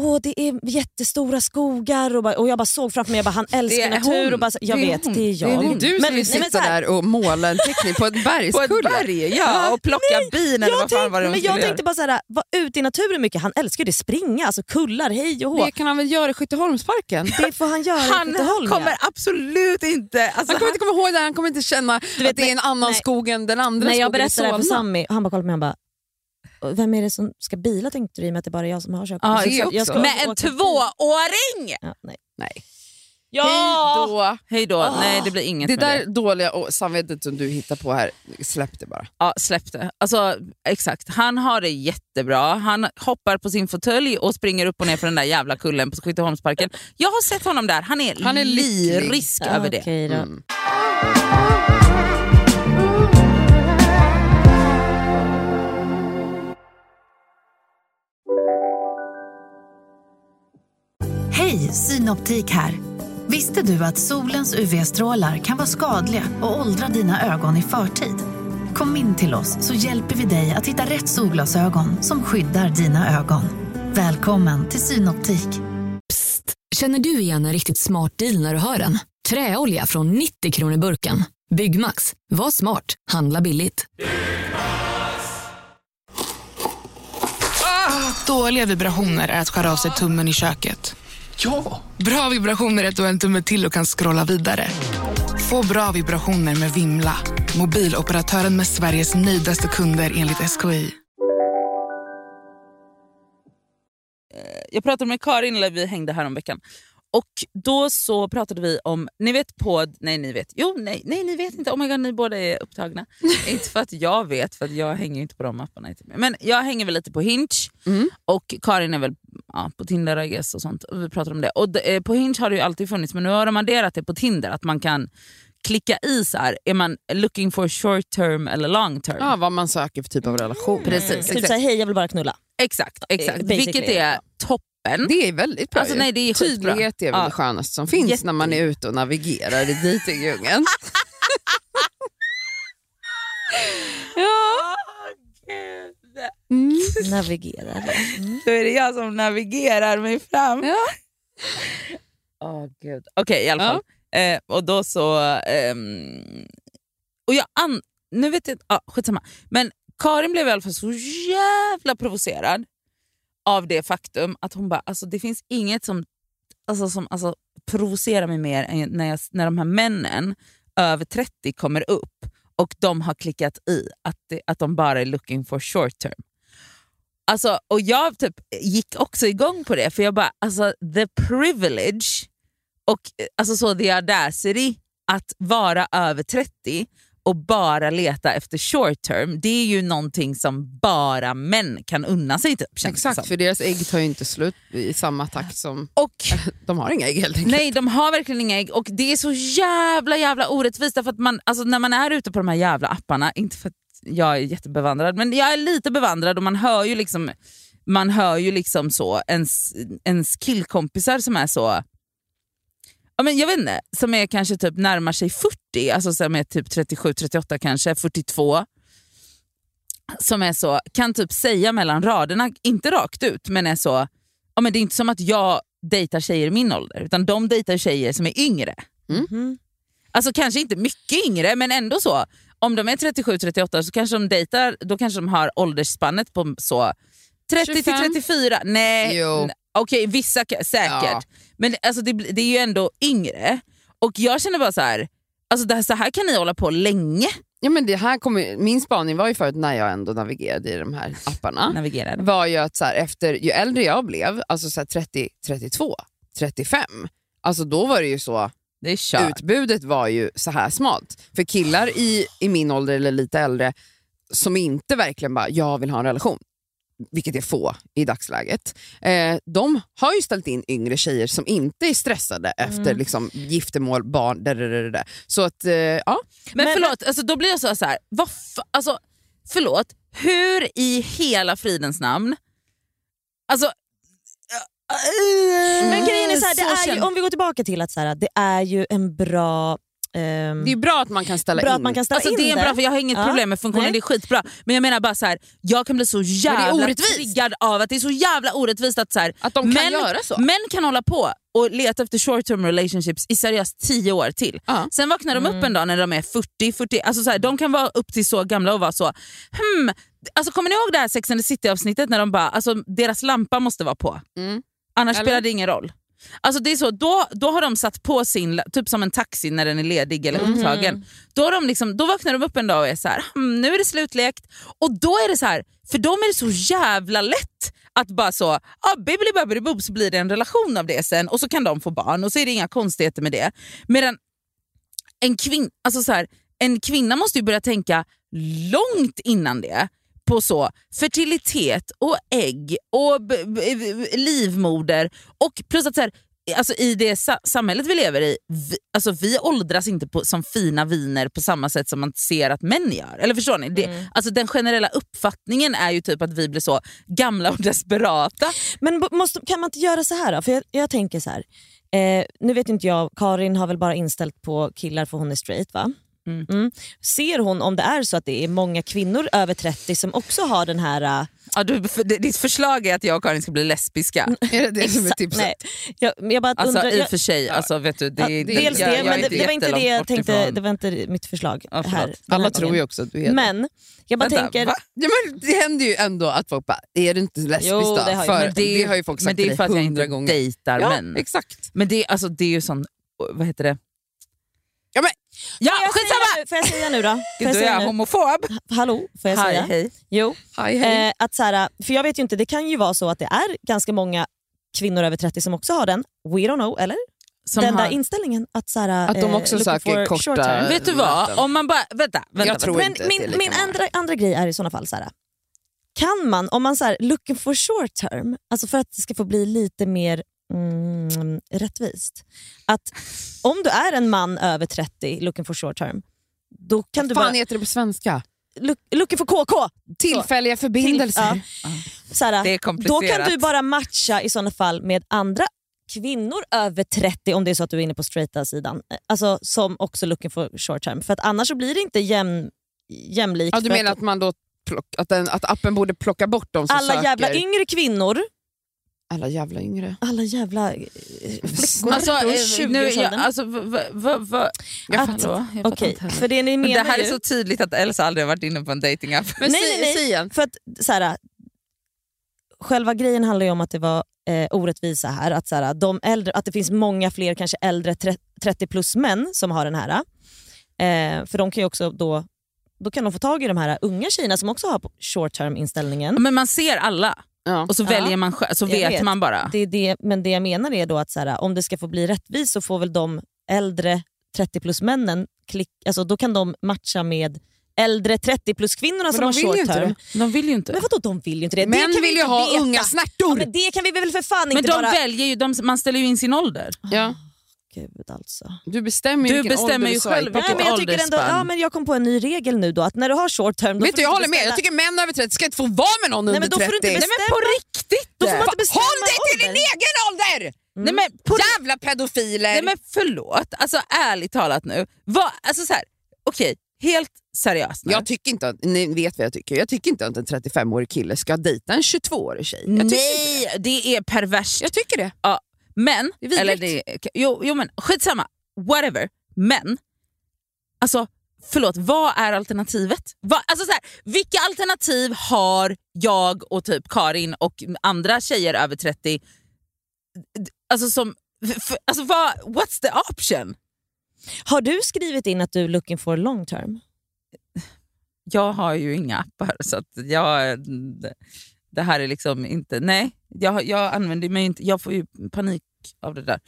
C: Åh, det är jättestora skogar och, bara, och jag bara såg framför mig, jag bara, han
D: Det
C: älskar
D: är
C: natur.
D: hon.
C: Och bara, så- jag
D: Det är
C: vet,
D: hon.
C: det är
D: Det
C: jag.
D: är
B: Det är du som
C: nej,
B: vill
C: men
B: sitta
C: så här,
B: där och måla en teckning på ett
D: På ett
B: bergskulle.
D: berg ja, och plocka bin eller vad
C: jag
D: fan var det
C: tänkte,
D: hon
C: men jag
D: skulle
C: tänkte
D: göra.
C: bara såhär, vara ute i naturen mycket. Han älskar ju det, springa, alltså kullar, hej och hå.
B: Det kan han väl göra i Skytteholmsparken?
C: Det får han göra i
D: Han
C: Skytteholm, ja.
D: kommer absolut inte... Alltså,
B: Han kommer inte komma ihåg det här, han kommer inte känna
C: vet,
B: att det är en annan
C: nej.
B: skog än den andra
C: När jag
B: skogen i
C: berättade det här för
B: Solna.
C: Sammy, han bara kollade på mig han bara, vem är det som ska bila tänkte du i och med att det bara är jag som har köpt?
D: Ja,
C: Jag ska-
B: det
C: jag
B: också.
C: ska
D: med
C: åka
D: en
C: till-
D: tvååring!
C: Ja, nej.
B: Nej. Hej
D: Ja!
B: då.
D: Hej då. Nej, det blir inget
B: Det
D: med
B: där dåliga och samvetet som du hittar på här, släpp det bara.
D: Ja, släpp det. Alltså, exakt. Han har det jättebra. Han hoppar på sin fåtölj och springer upp och ner för den där jävla kullen på Skytteholmsparken. Jag har sett honom där. Han är,
B: Han är lycklig.
D: lyrisk
C: Ja,
D: över det. Mm.
C: okej då.
E: Hej, Synoptik här. Visste du att solens UV-strålar kan vara skadliga och åldra dina ögon i förtid? Kom in till oss så hjälper vi dig att hitta rätt solglasögon som skyddar dina ögon. Välkommen till Synoptik.
F: Känner du igen en riktigt smart deal när du hör den? Träolja från 90 kronor burken. Byggmax. Var smart. Handla billigt.
G: Dåliga vibrationer är att skära av sig tummen i köket.
H: Ja!
G: Bra vibrationer är att du har en tumme till och kan scrolla vidare. Få bra vibrationer med Vimla. Mobiloperatören med Sveriges nöjdaste kunder enligt SKI.
D: Jag pratade med Karin när vi hängde här om veckan. Och då så pratade vi om, ni vet på, nej ni vet, jo nej, nej ni vet inte, oh my god ni båda är upptagna. inte för att jag vet för att jag hänger ju inte på de apparna. inte mer. Men jag hänger väl lite på Hinge
B: Mm.
D: och Karin är väl ja, på Tinder I guess och sånt. Och Vi pratade om det. Och d- eh, på Hinge har det ju alltid funnits men nu har de adderat det på Tinder att man kan klicka i så här, är man looking for short term eller long term?
B: Ja, vad man söker för typ av relation.
D: Precis,
C: Typ
D: exakt.
C: såhär, hej jag vill bara knulla.
D: Exakt, exakt.
C: basically,
D: vilket är toppen.
B: Det är väldigt bra
D: Alltså,
B: ju.
D: nej, det är skitbra.
B: Tydlighet är väl
D: Ja.
B: det skönaste som finns när man är ute och navigerar i dejtingdjungeln.
D: Ja. Ah,
B: Mm.
C: Navigera. Mm.
D: Då är det jag som navigerar mig fram.
B: Ja.
D: Åh, gud. Okej, i alla fall. Eh, och då så... ehm, och jag an- nu vet jag inte, ah, skitsamma. Men Karin blev i alla fall så jävla provocerad av det faktum att hon bara, alltså det finns inget som, alltså, som alltså, provocerar mig mer än när, jag, när de här männen över 30 kommer upp och de har klickat i att, det, att de bara är looking for short term. Alltså, och jag typ gick också igång på det, för jag bara, alltså the privilege och eh, alltså så the audacity att vara över 30 och bara leta efter short term, det är ju någonting som bara män kan unna sig. Typ, känns det
B: Exakt,
D: som.
B: för deras ägg tar ju inte slut i samma takt som...
D: Och
B: De har inga ägg helt enkelt.
D: Nej, de har verkligen inga ägg och det är så jävla jävla orättvist. Därför att man, alltså, när man är ute på de här jävla apparna, inte för att jag är jättebevandrad, men jag är lite bevandrad och man hör ju liksom, man hör ju liksom så ens, ens killkompisar som är så, ja, men jag vet inte, som är kanske typ närmar sig 40, alltså som är typ 37, 38 kanske, 42 som är så, kan typ säga mellan raderna, inte rakt ut, men är så, ja, men det är inte som att jag dejtar tjejer i min ålder, utan de dejtar tjejer som är yngre.
C: Mm.
D: Alltså kanske inte mycket yngre, men ändå så. Om de är 37-38 så kanske de dejtar, då kanske de har åldersspannet på så 30
B: 25.
D: till 34. Nej,
B: Jo.
D: n- okej vissa ka- säkert.
B: Ja.
D: Men alltså, det, bli- det är ju ändå yngre. Och jag känner bara så här, alltså det här, så här kan ni hålla på länge.
B: Ja, men det här kommer, min spaning var ju förut när jag ändå navigerade i de här apparna.
D: Navigerar.
B: var ju att så här, efter, ju äldre jag blev, alltså så här 30, 32, 35, alltså då var det ju så,
D: Det är kört.
B: utbudet var ju så här smalt. För killar i, i min ålder eller lite äldre som inte verkligen bara, jag vill ha en relation, vilket är få i dagsläget, eh, de har ju ställt in yngre tjejer som inte är stressade
C: Mm.
B: efter liksom, giftermål, barn, där, där, där, där, där. Så att, eh, ja.
D: Men,
C: Men-
D: förlåt, alltså, då blir jag så så här. Vad fa- alltså, förlåt, hur i hela fridens namn... Alltså... äh,
C: Men grejen är, såhär, det
D: så
C: är ju,
D: känner-
C: om vi går tillbaka till att såhär, det är ju en bra... ehm,
B: Det är ju bra att man kan ställa
C: bra
B: in.
C: att man kan ställa
D: Alltså,
C: in
D: det är bra, för jag har inget
C: Ja.
D: problem med funktionen,
C: Nej.
D: det är skitbra. Men jag menar bara så här, jag kan bli så jävla
B: orättvist.
D: triggad av att det är så jävla orättvist att så här,
B: Att de kan
D: män,
B: göra så.
D: män kan hålla på och leta efter short term relationships i seriöst 10 år till.
B: Ja. Mm.
D: Sen vaknar de upp en dag när de är 40, 40 alltså så här, de kan vara upp till så gamla och vara så, hmm, alltså kommer ni ihåg det här Sex and the City avsnittet när de bara, alltså deras lampa måste vara på.
B: Mm.
D: Annars
B: Eller?
D: spelar det ingen roll. Alltså det är så, då, då har de satt på sin, la- typ som en taxi när den är ledig eller upptagen. Då, har de liksom, då vaknar de upp en dag och är så här, "Hmm, nu är det slutlekt. Och då är det så här, för dem är det så jävla lätt att bara så, ah, bibbidi så blir det en relation av det sen och så kan de få barn och så är det inga konstigheter med det. Medan en, kvin- alltså så här, en kvinna måste ju börja tänka långt innan det på så fertilitet och ägg och b- b- b- livmoder. Och plus att så här, alltså i det sa- samhället vi lever i, vi, alltså vi åldras inte på, som fina viner på samma sätt som man ser att män gör. Eller förstår ni? Det,
C: Mm.
D: alltså den generella uppfattningen är ju typ att vi blir så gamla och desperata.
C: Men b- måste, kan man inte göra så här då? För jag, jag tänker så här. Eh, nu vet inte jag, Karin har väl bara inställt på killar för hon är straight va?
D: Mm.
C: Ser hon om det är så att det är många kvinnor över 30 som också har den här... eh,
D: Ja, du, för, det- ditt förslag är att jag och Karin ska bli lesbiska.
B: Är det det som är
C: exakt-
B: tipset?
C: Nej, jag, men jag bara
D: Alltså
C: Mm. undrar,
D: i
C: jag,
D: och för sig, alltså, vet du, det, är
C: ja,
D: inte-
C: dels det,
D: jag- jag är
C: men det, det var inte det jag
D: jättelångt bort
C: tänkte,
D: ifrån.
C: det var inte mitt förslag.
D: Ja, förlåt.
C: här, den här
B: Alla
C: gången.
B: tror ju också att du är det.
C: Men jag bara
D: Vänta,
C: tänker...
D: va?
B: Ja, men det händer ju ändå att folk bara, är du inte lesbisk
C: Jo,
B: då?
C: det har ju-
B: för
C: men
B: det, har ju folk
D: men
B: sagt
D: det är
B: till
D: för
B: dig
D: att jag
B: hundra
D: inte
B: gånger.
D: dejtar
B: Ja,
D: män.
B: exakt.
D: Men det, är- alltså, det är ju sån, vad heter det?
B: Ja, men-
D: ja
C: Får jag säga
D: skitsamma!
C: nu- Får jag säga nu då? Får
D: Gud,
C: jag
D: då är jag
C: säga nu?
D: homofob.
C: Hallå, får jag
D: Hej,
C: säga?
D: hej.
C: Jo.
B: Hej, hej.
C: Eh, att så här, för jag vet ju inte, det kan ju vara så att det är ganska många kvinnor över 30 som också har den, we don't know, eller?
D: Som
C: den
D: har-
C: där inställningen att så här,
B: Att de
C: eh,
B: också
C: looking
B: söker
C: for
B: korta-
C: short term.
D: Vet du vad, om man bara... Vänta, vänta.
B: Äh, Jag tror
D: vänta.
C: Men
B: inte att det är lika
C: min, min
B: många.
C: andra, andra grej är i sådana fall så här. Kan man, om man så här, looking for short term, alltså för att det ska få bli lite mer mm, rättvist. Att om du är en man över 30, looking for short term, då kan du
B: Vad
C: bara...
B: fan heter det på svenska?
C: Look, looking for KK!
B: Tillfälliga förbindelser.
C: Till- Så här,
D: Det är
C: då
D: komplicerat.
C: kan du bara matcha i sådana fall med andra kvinnor över 30 om det är så att du är inne på straighta sidan. Alltså som också looking for short term. För att annars så blir det inte jäm, jämlikt.
B: Ja, du
C: För
B: menar att, man då plock, att, den, att appen borde plocka bort de som
C: alla
B: söker?
C: jävla yngre kvinnor,
B: alla jävla yngre.
C: alla jävla eh, flickor
D: Alltså,
C: runt
D: eh, nu, jag,
C: 20-årsåldern.
D: alltså, v, v, v, v,
C: Att-
D: jag fattar. Jag fattar
C: Okej,
D: inte heller.
C: för det ni menar
D: det här
C: ju,
D: är så tydligt att Elsa aldrig har varit inne på en datingapp.
B: Men
C: Nej,
B: si-
C: nej, nej.
B: si igen.
C: för att, så här, Själva grejen handlar ju om att det var eh, orättvisa här. Att, så här de äldre, att det finns många fler kanske äldre tre- 30 plus män som har den här. Eh, för de kan ju också då, då kan de få tag i de här unga tjejerna som också har short term inställningen.
D: Men man ser alla
B: Ja.
D: och så
C: Ja.
D: väljer man själv, så
C: Jag
D: vet,
C: vet.
D: man bara.
C: Det är det, men det jag menar är då att så här, om det ska få bli rättvist så får väl de äldre 30 plus männen, klick, alltså då kan de matcha med äldre 30 plus kvinnorna som
B: de
C: har
B: vill ju
C: short
B: inte
C: term.
B: det.
D: De vill ju inte.
C: Men
D: Men,
C: vadå, de vill ju inte det. det
B: Män
C: kan vi
B: vill ju
C: inte
B: ha
C: veta.
B: unga
C: Ja,
B: snärtor.
C: men det kan vi väl för fan inte
D: de
C: bara...
D: väljer ju, de, man ställer ju in sin ålder.
B: Ja.
C: Gud alltså.
B: Du bestämmer ju
D: Du
B: vilken
D: bestämmer
B: ålder
D: ju
B: du swipar
D: själv
B: på.
C: Nej, men jag, tycker ändå,
D: åldersspann.
C: ja, men jag kom på en ny regel nu då, att när du har short term... då
B: Vet
C: får
B: du, jag
C: inte
B: håller med.
C: beställa-
B: Jag tycker män över 30 ska inte få vara med någon
C: Nej,
B: under
C: men då får
B: 30.
C: du inte
B: Nej,
C: bestämma.
B: men på riktigt!
C: Då får man inte
B: Fa-
C: bestämma
B: Håll dig till din
C: åldern.
B: egen ålder!
D: Nej, men på,
B: Jävla pedofiler!
D: nej men förlåt, alltså ärligt talat nu. Vad, alltså så här, okej, helt seriöst nu.
B: jag tycker inte att, ni vet vad jag tycker. Jag tycker inte att en 35-årig kille ska dejta en 22-årig tjej. Jag tycker inte det.
D: Nej, det är perverst.
B: Jag tycker det.
D: Men,
B: Det är vidrigt.
D: eller det, jo, jo men skitsamma, whatever. Men, alltså förlåt, vad är alternativet? Vad, alltså så här, vilka alternativ har jag och typ Karin och andra tjejer över 30? Alltså som, f- alltså vad, what's the option?
C: Har du skrivit in att du är looking for long term?
D: Jag har ju inga appar så att jag, det här är liksom inte, nej jag, jag använder mig inte, jag får ju panik av det där.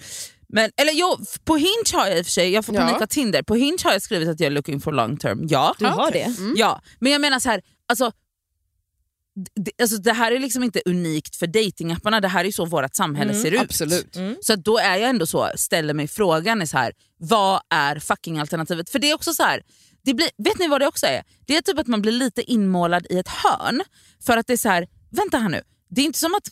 D: Men, eller jo, på Hinge har jag i och för sig, jag får
B: Ja.
D: panik av Tinder, på Hinge har jag skrivit att jag är looking for long term, ja.
C: Du har det?
B: Mm.
D: ja. Men jag menar så här, alltså, det, alltså det här är liksom inte unikt för datingapparna. det här är ju så vårt samhälle ser ut.
B: Mm, Absolut.
D: Mm. Så att då är jag ändå så, ställer mig frågan är så här, vad är fucking alternativet? För det är också så här, det blir, vet ni vad det också är? Det är typ att man blir lite inmålad i ett hörn. För att det är så här, vänta här nu, det är inte som att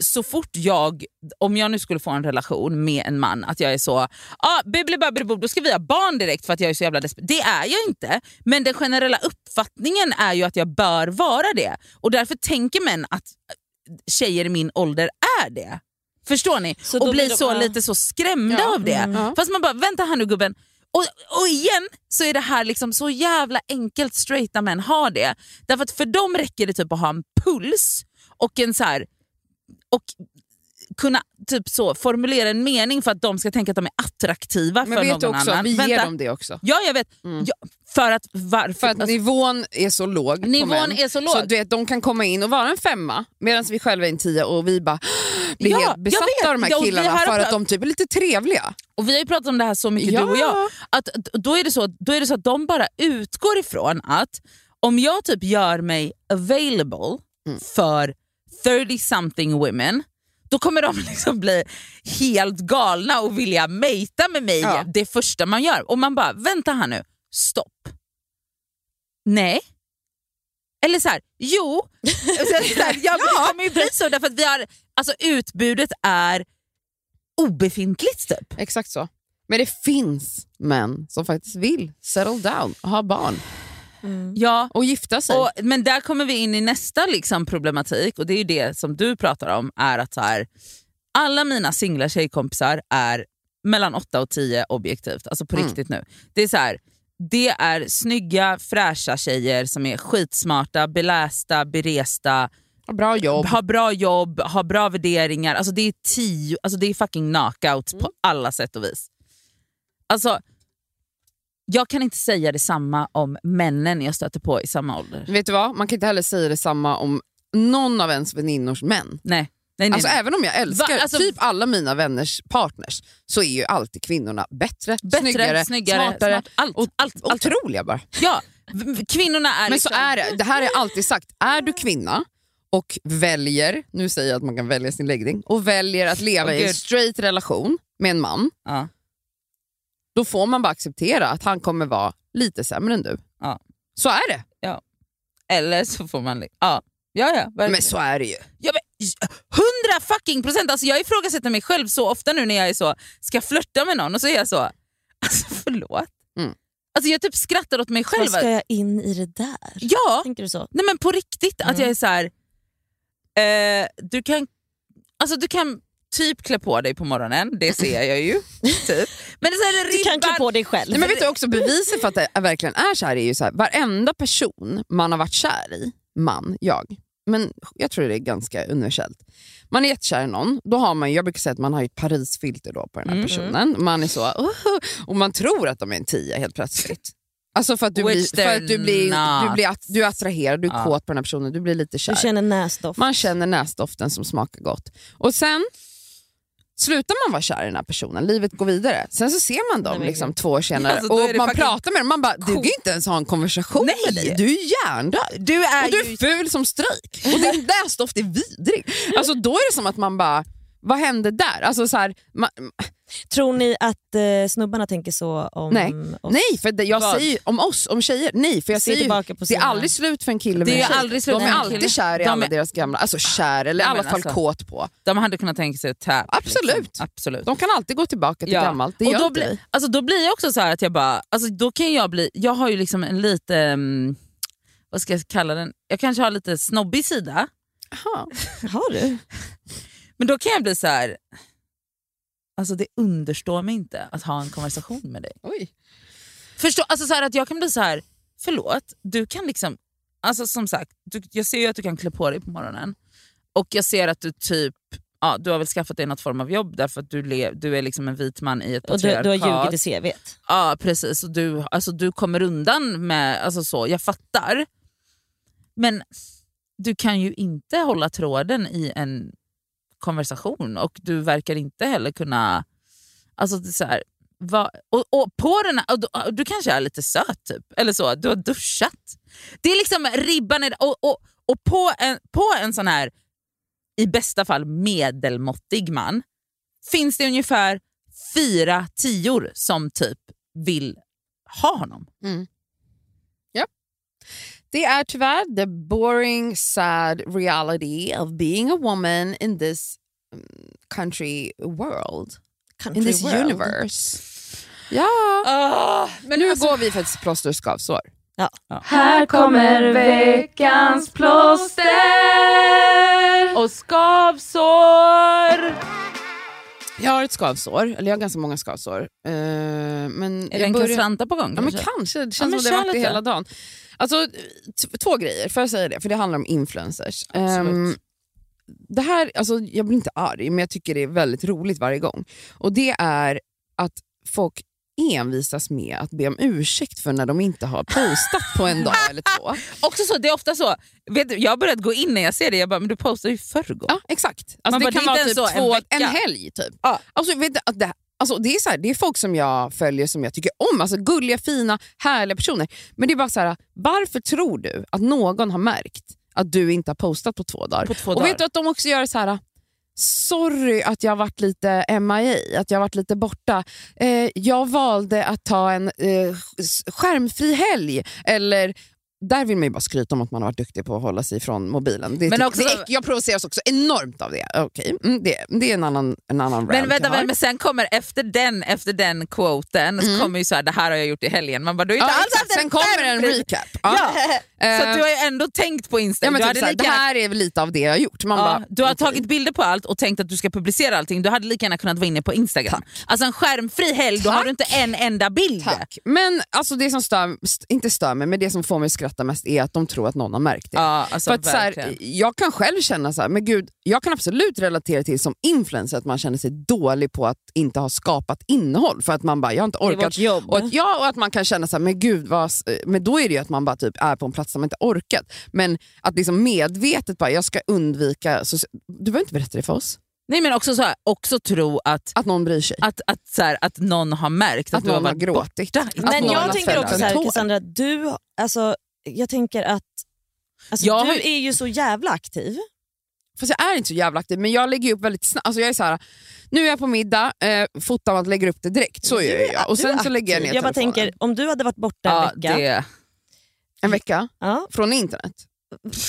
D: så fort jag, om jag nu skulle få en relation med en man, att jag är så, ah, bibbelibabbelibob, då ska vi ha barn direkt för att jag är så jävla desperat. Det är jag inte, men den generella uppfattningen är ju att jag bör vara det. Och därför tänker män att tjejer i min ålder är det. Förstår ni?
C: Så då
D: och blir
C: blir de-
D: så
C: ja.
D: lite så skrämda av det.
B: Mm,
D: Fast man bara, vänta här nu gubben. Och, och igen så är det här liksom så jävla enkelt straighta män har det. Därför att för dem räcker det typ att ha en puls och en så här och kunna typ så formulera en mening för att de ska tänka att de är attraktiva
B: Men
D: för
B: vet du
D: någon
B: också,
D: annan.
B: vi ger
D: Vänta.
B: dem det också.
D: Ja, jag vet. Ja, för att varför?
B: För att
D: Alltså,
B: nivån är så låg. på
D: Nivån
B: män.
D: är så låg.
B: du vet, de kan komma in och vara en femma medan vi själva är en tia och vi bara blir
D: Ja,
B: helt
D: jag
B: besatta
D: vet.
B: av de här
D: Ja, och vi
B: killarna
D: har
B: för
D: pratat-
B: att de typ är lite trevliga.
D: och vi har ju pratat om det här så mycket
B: Ja.
D: du och jag. Att, att då, är det så, då är det så att de bara utgår ifrån att om jag typ gör mig available
B: Mm.
D: för 30 something women då kommer de liksom bli helt galna och vilja mejta med mig
B: Ja.
D: det första man gör. Och man bara, vänta här nu, stopp. Nej. Eller så här, jo. så här, så här, ja, men Det kommer ju bli så därför att vi har, alltså, utbudet är obefintligt typ.
B: Exakt så. Men det finns män som faktiskt vill settle down, ha barn
D: Ja,
B: och gifta sig.
D: och, men där kommer vi in i nästa liksom, problematik och det är ju det som du pratar om. är att så här, Alla mina singla tjejkompisar är mellan 8 och 10 objektivt, alltså på riktigt nu. Det är så här, det är snygga, fräscha tjejer som är skitsmarta, belästa, beresta,
B: ha bra jobb.
D: har bra jobb, har bra värderingar. Alltså det är tio, alltså det är fucking knockouts
B: Mm.
D: på alla sätt och vis. Alltså, jag kan inte säga detsamma om männen jag stöter på i samma ålder.
B: Vet du vad, man kan inte heller säga detsamma om någon av ens väninnors män.
D: Nej. Nej, nej,
B: Alltså,
D: nej.
B: även om jag älskar
D: Va? Alltså-
B: typ alla mina vänners partners så är ju alltid kvinnorna bättre,
D: Bättre,
B: snyggare,
D: snyggare,
B: smartare.
D: smart, allt,
B: och-
D: allt, allt.
B: Otroliga bara.
D: Ja, v- kvinnorna är
B: Men så
D: liksom...
B: är det, det här är alltid sagt, är du kvinna och väljer, nu säger jag att man kan välja sin läggning, och väljer att leva
D: Åh,
B: i en
D: gud.
B: straight relation med en man,
D: Ja.
B: då får man bara acceptera att han kommer vara lite sämre än du.
D: Ja.
B: Så är det.
D: Eller så får man... li- Ja, ja, ja verkligen.
B: Men så är det ju.
D: Ja, men, 100 fucking procent! Alltså, jag ifrågasätter mig själv så ofta nu när jag är så ska flörta med någon och så är jag så, alltså förlåt.
B: Mm.
D: Alltså, jag typ skrattar åt mig själv.
C: Vad ska jag in i det där?
D: Ja,
C: Tänker du så?
D: nej men på riktigt. Att
B: Mm.
D: jag är så här, eh, du, kan, alltså, du kan typ klä på dig på morgonen, det ser jag ju. typ. Men det är så här,
C: Du kan klä
D: ribban-
C: på dig själv.
B: Nej, men vet du också Beviset för att det verkligen är så här är ju så här, varenda person man har varit kär i, man, jag, men jag tror det är ganska universellt. Man är jättekär i någon, då har man, ju- jag brukar säga att man har ju ett Parisfilter då på den här personen. Man är så, "Oh", och man tror att de är en tia helt plötsligt. Alltså för att du
D: Which
B: blir, för att du blir,
D: they're
B: du blir att, du är attraherad, du är
D: Ja.
B: kåt på den här personen, du blir lite kär.
C: Du känner näsdoft.
B: Man känner näsdoften som smakar gott. Och sen slutar man vara kär i den här personen, livet går vidare. Sen så ser man dem
C: Nej, men
B: liksom två år senare
D: Alltså, då är
B: och
D: det
B: man
D: fucking
B: pratar med dem. Man bara, du kan ju inte ens ha en konversation med
D: Nej.
B: dig. Du är hjärndöd.
D: Du är
B: Och du
D: ju...
B: är ful som strejk. Och din näsdoft är vidrig. Alltså då är det som att man bara, vad hände där? Alltså, så här, man,
C: Tror ni att eh, snubbarna tänker så om
B: Nej.
C: oss?
B: nej, för det, jag
D: Vad?
B: säger ju om oss, om tjejer, nej för jag
C: Se
B: säger ju,
C: tillbaka på
B: det är
C: sina-
B: aldrig slut för en kille
D: Det
B: med
D: är
B: en
D: ju
B: tjej.
D: aldrig slut
B: De
D: för
B: är
D: en
B: alltid
D: kille.
B: kär i
D: De
B: alla
D: är-
B: deras gamla, alltså kär eller i
D: Ja,
B: alla
D: men
B: fall
D: alltså- Liksom.
B: kåt på.
D: De hade kunnat tänka sig tap.
B: Absolut.
D: Absolut.
B: De kan alltid gå tillbaka till
D: Ja.
B: gammalt. Det
D: och
B: gör
D: då,
B: inte
D: blir-
B: vi.
D: alltså, då blir jag också så här att jag bara, alltså, då kan jag bli, jag har ju liksom en lite, mm, vad ska jag kalla den, jag kanske har lite snobbig sida,
B: Jaha.
C: Har du?
D: men då kan jag bli så här. Alltså det understår mig inte att ha en konversation med dig.
B: Oj.
D: Förstå, alltså så här att jag kan bli så här, förlåt, du kan liksom, alltså som sagt, du, jag ser ju att du kan klä på dig på morgonen och jag ser att du typ, ja, du har väl skaffat dig något form av jobb därför att du, le, du är liksom en vit man i ett
C: Och du,
D: patriarkat.
C: du har ljugit i CVt.
D: Ja precis, och du, alltså, du kommer undan med, alltså så, jag fattar. Men du kan ju inte hålla tråden i en konversation och du verkar inte heller kunna... Alltså det är så här, va, och, och på den här, och du, och du kanske är lite söt typ, eller så, du har duschat. Det är liksom ribban, är, och, och, och på, en, på en sån här, i bästa fall medelmåttig man, finns det ungefär fyra tior som typ vill ha honom.
B: Det är tyvärr the boring sad reality of being a woman in this mm, country world.
C: Country
B: In this
C: world.
B: universe. Ja,
D: Ah,
B: men nu
D: alltså-
B: går vi för ett plåsterskavsår.
C: Ja.
D: Här kommer veckans plåster och skavsår.
B: Jag har ett skavsår, eller jag har ganska många skavsår. Eh, men
D: Är
B: jag
D: den
B: börjar-
D: Svanta på gång
B: Ja, men
D: kanske?
B: kanske, det
D: Ja,
B: känns
D: men
B: som det har
D: kör
B: varit det
D: lite.
B: hela dagen. Alltså, t- två grejer, får jag säga det? För det handlar om influencers.
D: Absolut.
B: Ehm, det här, alltså, jag blir inte arg, men jag tycker det är väldigt roligt varje gång. Och Det är att folk envisas med att be om ursäkt för när de inte har postat på en dag eller två.
D: Också så, det är ofta så, vet du, jag har börjat gå in när jag ser det, jag bara, men du postade ju i förrgår.
B: Ja, exakt. Alltså,
D: Man
B: det
D: bara,
B: kan
D: det är
B: vara
D: inte
B: typ
D: ens så, en
B: två, en,
D: vecka.
B: helg. Typ.
D: Ja.
B: Alltså, vet du, att det, alltså, det, är så här, det är folk som jag följer som jag tycker om. Alltså, gulliga, fina, härliga personer. Men det är bara så här, varför tror du att någon har märkt att du inte har postat på två dagar?
D: På två
B: och
D: dagar.
B: vet du att de också gör så här... Sorry att jag har varit lite MIA, att jag har varit lite borta. Eh, jag valde att ta en eh, s- skärmfri helg. Eller, där vill man ju bara skryta om att man har varit duktig på att hålla sig ifrån mobilen. Det,
D: Men
B: tycker-
D: också-
B: det är, typ- jag provoceras också enormt av det. Okej, mm, det, det är en annan, en annan rant
D: Men vänta,
B: jag har.
D: men, men sen kommer efter den, efter den quoten, så kommer ju så här, det här har jag gjort i helgen. Man bara, du har
B: Mm. ja,
D: inte alls
B: exakt.
D: haft
B: Sen kommer en
D: skärmfri-
B: recap. Ja.
D: Ja. Så att
B: Eh,
D: du har ju ändå tänkt på Insta.
B: ja, men
D: du
B: typ
D: hade
B: så här,
D: lika
B: det
D: gärna
B: här är väl lite av det jag har gjort. Man
D: Ja,
B: bara,
D: du har
B: okej.
D: tagit bilder på allt och tänkt att du ska publicera allting. Du hade lika gärna kunnat vara inne på Instagram. Alltså en skärmfri helg, då har du inte en enda bild.
B: Tack. Men alltså det som stör, st- inte stör mig, men det som får mig att skratta skrattar mest är att de tror att någon har märkt det.
D: Ja, alltså,
B: För att, så här,
D: verkligen.
B: jag kan själv känna så här, men gud, jag kan absolut relatera till som influencer att man känner sig dålig på att inte ha skapat innehåll för att man bara, jag har inte
C: Det är
B: orkat.
C: vårt jobb.
B: Och att, ja, och att man kan känna så här, men gud, vad, s- men då är det ju att man bara typ är på en plats där man inte orkat. Men att liksom medvetet bara, jag ska undvika, så, du behöver inte berätta det för oss,
D: Nej men också, så här, också tro att,
B: att någon bryr sig.
D: att, att, så här, att någon har märkt att,
B: Att
D: du har
B: någon har
D: varit
B: gråtit.
D: borta.
B: Att
C: Men
B: någon
C: jag
B: har
C: tänker
B: fällt
C: också
B: en
C: så här,
B: tår.
C: Cassandra, du, alltså, jag tänker att alltså,
D: Jag har
C: du
D: ju-
C: är ju så jävla aktiv.
B: Fast jag är inte så jävla aktiv, men jag lägger ju upp väldigt snabbt. Alltså jag är så här, nu är jag på middag, eh, fotar man lägger upp det direkt. Så gör jag. Och
C: Du är
B: sen så lägger jag ner
C: aktiv. Jag bara
B: telefonen.
C: tänker, om du hade varit borta en
D: Ja,
C: vecka,
D: det,
B: En vecka
C: ja,
B: från internet.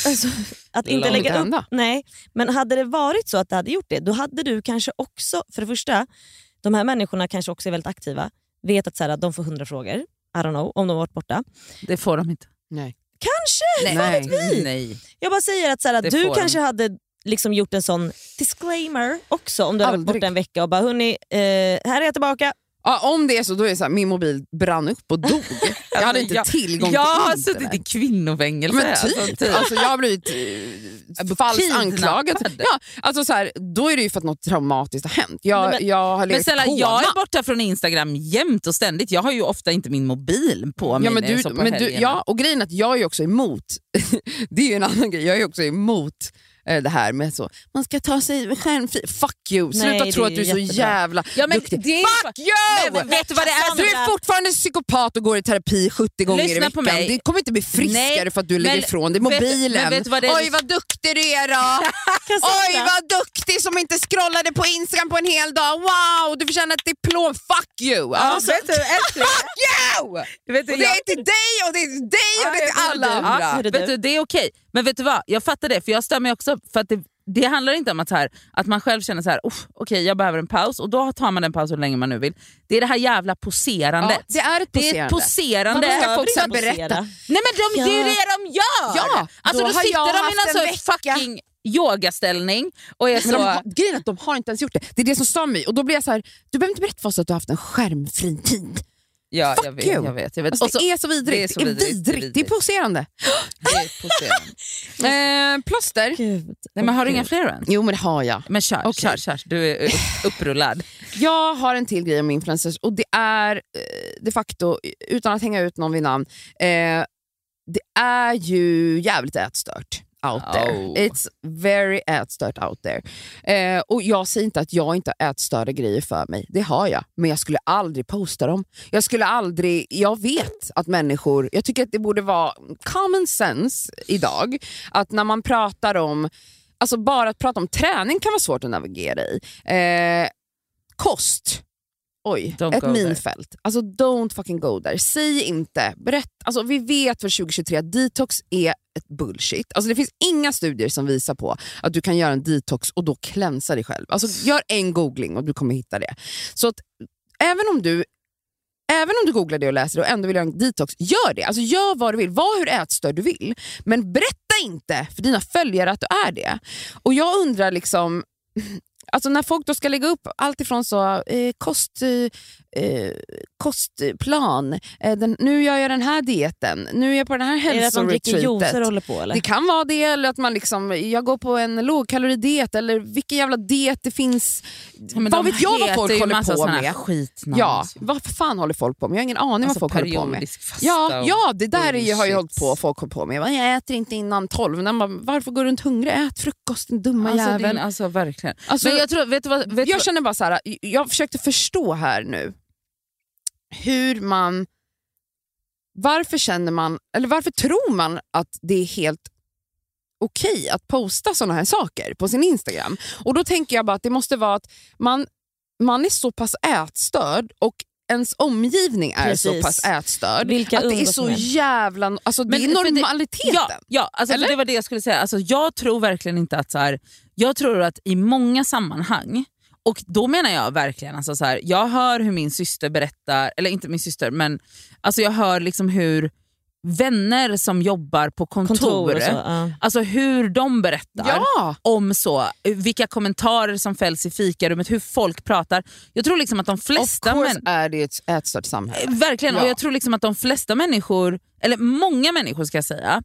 C: alltså, att inte
D: Långt
C: lägga upp
B: ända.
C: Nej, men hade det varit så att det hade gjort det, då hade du kanske också, för det första, de här människorna kanske också är väldigt aktiva, vet att så här, att de får hundra frågor, I don't know, om de har varit borta.
D: det får de inte.
B: Nej.
C: Kanske!
B: Nej.
C: vi?
D: Nej.
C: Jag bara säger att så här,
D: Det
C: att du
D: får de.
C: kanske hade liksom gjort en sån disclaimer också om du hade varit
B: Aldrig.
C: borta en vecka och bara hörni, eh, här är jag tillbaka.
B: Ja, om det är så, då är det så här, min mobil brann upp och dog. Jag hade inte
D: jag-
B: tillgång
D: Jag har
B: till internet.
D: suttit i kvinnofängelse.
B: Men typ.
D: alltså,
B: Alltså, jag har blivit eh, falskt
D: Kidnappad.
B: anklagad. Ja, alltså så här, då är det ju för att något traumatiskt har hänt. Jag,
C: Nej, men-
B: jag har
D: Men
B: legat
D: snälla,
B: i koma.
D: jag är borta från Instagram jämt och ständigt. Jag har ju ofta inte min mobil på mig
B: Ja, men
D: när jag är så
B: du,
D: på
B: men du,
D: helgerna.
B: ja, och grejen är att jag är också emot, det är ju en annan grej, jag är också emot eh, det här med så, man ska ta sig skärmfri. Fuck you,
C: Nej,
B: sluta
C: det
B: tro
C: är
B: att du är
C: ju
B: så
C: jättebra.
B: jävla
D: Ja, men
B: duktig.
D: det är-
B: Fuck you!
D: Nej, men vet du vad det är som-
B: Du är fortfarande psykopat och går i terapi 70 gånger i
D: Lyssna på
B: veckan.
D: mig.
B: Det kommer inte bli friskare
D: Nej,
B: för att du lägger
D: men
B: ifrån dig
D: vet-
B: mobilen.
D: men vet du vad det är-
B: Oj vad duktig du är då! Oj vad duktig som inte scrollade på Instagram på en hel dag. Wow, du förtjänar ett diplom. Fuck you! Alltså,
D: vet du, älskling,
B: fuck you!
D: vet du,
B: Och det
D: jag-
B: är till dig och det är till dig
D: Ja,
B: och det är till
D: hörru
B: alla
D: du. Ja,
B: andra.
C: hörru
D: vet
C: du.
D: du, det är okej, men vet du vad? Jag fattar det, för jag stämmer ju också. För att det, det handlar inte om att, så här, att man själv känner så här, "Uff, okej jag behöver en paus och då tar man den pausen hur länge man nu vill. Det är det här jävla poserandet.
B: Ja, det är ett
D: Det är ett
B: poserande.
D: poserande.
B: Man ska
D: För
B: folk
D: att-
B: sen berätta.
D: Nej men de, det är ju
C: Ja.
D: det de gör!
B: Ja,
D: alltså,
B: då
D: då,
B: har
D: sitter
B: jag
D: de
B: haft
D: i någon
B: en
D: sån
B: vecka.
D: fucking yogaställning och är
B: Men
D: så...
B: de har, grejen är att de har inte ens gjort det. Det är det som stör mig. Och då blir jag så här, du behöver inte berätta för oss att du har haft en skärmfri tid.
D: ja,
B: fuck
D: jag vet,
B: you.
D: jag vet, jag vet.
B: Alltså,
D: och så,
B: det är så vidrigt. Det är,
D: så vidrigt, det är
B: vidrigt. Det är
D: vidrigt.
B: poserande.
D: det är poserande.
B: Eh, plåster?
C: Gud.
D: Nej, men har du inga fler än?
B: Jo, men det har jag.
D: Men kör,
B: Okej.
D: kör, kör, du är eh, upprullad.
B: Jag har en till grej om influencers och det är eh, de facto, utan att hänga ut någon vid namn, eh, det är ju jävligt ätstört out there.
D: Oh.
B: It's very ätstört out there. Eh, och Jag säger inte att jag inte har ätstörda grejer för mig, det har jag. Men jag skulle aldrig posta dem. Jag skulle aldrig, jag vet att människor, jag tycker att det borde vara common sense idag, att när man pratar om Alltså bara att prata om träning kan vara svårt att navigera i. Eh, kost. Oj,
D: Don't go
B: ett
D: there.
B: minfält. Alltså don't fucking go there. Säg inte, berätta. Alltså, vi vet för 2023 att detox är ett bullshit. Alltså, det finns inga studier som visar på att du kan göra en detox och då klänsa dig själv. Alltså, gör en googling och du kommer hitta det. Så att, även om du Även om du googlar det och läser det och ändå vill göra en detox, gör det. Alltså gör vad du vill. Var hur ätstörd du vill. Men berätta inte för dina följare att du är det. Och jag undrar liksom, alltså när folk då ska lägga upp allt ifrån så, eh, kost, eh, eh, kostplan, eh, den, nu gör jag den här dieten, nu är jag på den här
C: Är det att de dricker juicer och
B: hälsoretreatet.
C: håller på eller?
B: Det kan vara det, eller att man liksom, jag går på en lågkaloridiet, eller vilken jävla diet det finns.
D: Men
B: vad
D: de
B: vet jag vad
D: heter
B: folk
D: ju
B: håller
D: massa
B: på
D: såna här
B: med?
D: Skitnamn.
B: Ja, vad fan håller folk på med? Jag har ingen aning
D: Alltså
B: vad folk håller på med.
D: periodisk fasta
B: Ja,
D: och
B: ja, det där är ju, har ju
D: bullshit.
B: hållit på, folk hållit på med. Jag bara, Jag äter inte innan tolv. Men man, varför går du runt hungrig? Ät frukost din dumma
D: Alltså,
B: jävel.
D: din, alltså verkligen.
B: Alltså,
D: men jag tror, vet du vad, vet du
B: jag
D: vad-
B: känner bara så här, jag försökte förstå här nu hur man... Varför känner man, eller varför tror man att det är helt okej att posta såna här saker på sin Instagram? Och då tänker jag bara att det måste vara att man, man är så pass ätstörd och ens omgivning är så
C: Precis.
B: pass ätstörd
C: Vilka
B: att det är
C: umgås
B: så
C: med?
B: jävla... Alltså det
D: Men
B: är
D: för det-
B: normaliteten.
D: Ja, ja alltså,
B: Eller?
D: det var det jag skulle säga. Alltså, jag tror verkligen inte att så här, jag tror att i många sammanhang, och då menar jag verkligen, alltså, så här, jag hör hur min syster berättar, eller inte min syster, men alltså, jag hör liksom hur vänner som jobbar på kontor,
C: kontor och så. Ja.
D: alltså hur de berättar
B: Ja!
D: om så, vilka kommentarer som fälls i fikarummet, hur folk pratar. Jag tror liksom att de
B: Of
D: flesta...
B: course
D: män-
B: är det ju ett ätstört samhälle.
D: Verkligen,
B: Ja.
D: och jag tror liksom att de flesta människor, eller många människor ska jag säga,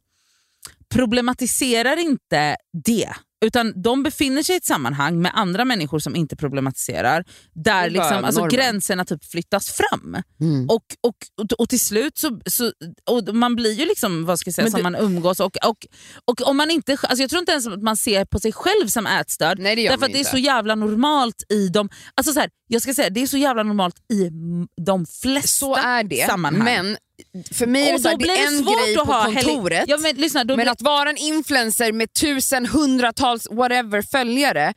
D: problematiserar inte det. Utan de befinner sig i ett sammanhang med andra människor som inte problematiserar,
B: Det
D: där
B: är
D: liksom,
B: bara
D: alltså,
B: normen. Mm.
D: gränserna typ flyttas fram. Och, och, och, och till slut så, så och man blir ju liksom vad ska jag säga,
B: Men
D: som
B: du-
D: man umgås och, och, och om man inte, alltså jag tror inte ens att man ser på sig själv som ätstörd.
B: Nej, det gör
D: Därför
B: man
D: att det är
B: inte.
D: så jävla normalt i de, alltså så här, jag ska säga, det är så jävla normalt i m- de flesta
B: Så är det,
D: sammanhang.
B: men för mig är det,
D: Och
B: så här,
D: då
B: det
D: blir
B: är en grej på
D: hel-
B: kontoret.
D: Ja, men, lyssna, då
B: Men
D: blir-
B: att vara en influencer med tusen, hundratals, whatever följare,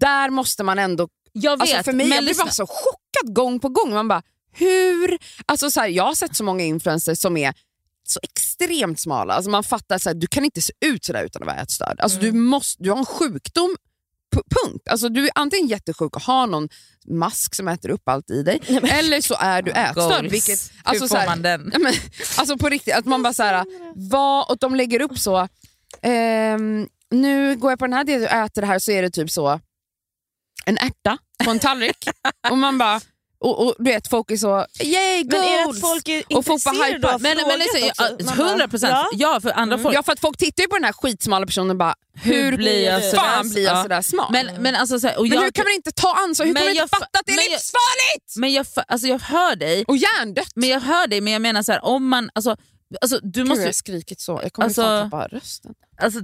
B: där måste man ändå...
D: jag vet,
B: Alltså för mig,
D: men
B: jag blir
D: lyssna,
B: bara så chockad gång på gång. Man bara, hur? Alltså så här, jag har sett så många influencers som är så extremt smala. Alltså man fattar så här, du kan inte se ut sådär utan att vara ätstörd. Alltså
D: Mm.
B: du, måste, du har en sjukdom, pu- punkt. Alltså du är antingen jättesjuk och har någon mask som äter upp allt i dig, eller så är du ätstörd.
D: Goals.
B: Vilket,
D: oh Hur
B: alltså,
D: får
B: så här,
D: man den?
B: Ja, men, alltså på riktigt, att man bara såhär, vad, och de lägger upp så, ehm, nu går jag på den här dieten och äter det här så är det typ så, en ärta på en tallrik. och man bara, och, och du vet folk är så, yay
C: Men är det
B: goals!
C: att folk är
B: Och folk bara
C: intresserade
B: hypar. alltså,
C: av
D: men, men,
C: frågat
D: lyssna,
C: också? Man bara,
D: 100 procent.
C: ja.
D: Ja. för andra folk.
B: Ja för att folk tittar ju på den här skitsmala personen och bara, hur,
D: blir jag sådär?
B: fan blir jag
D: Ja.
B: sådär smal? Men,
D: Men, men, alltså, så här, och jag,
B: hur kan man inte ta ansvar? Hur
D: Men
B: kan man
D: jag
B: inte
D: fa-
B: fatta att det är
D: men jag-
B: livsfarligt?
D: men jag, fa- alltså, jag hör dig,
B: Och hjärndött!
D: men jag hör dig men jag menar så här, om man... Alltså, alltså, du
B: Gud, jag
D: måste,
B: har skrikit så, jag kommer
D: Alltså-
B: fan tappa rösten.
D: alltså,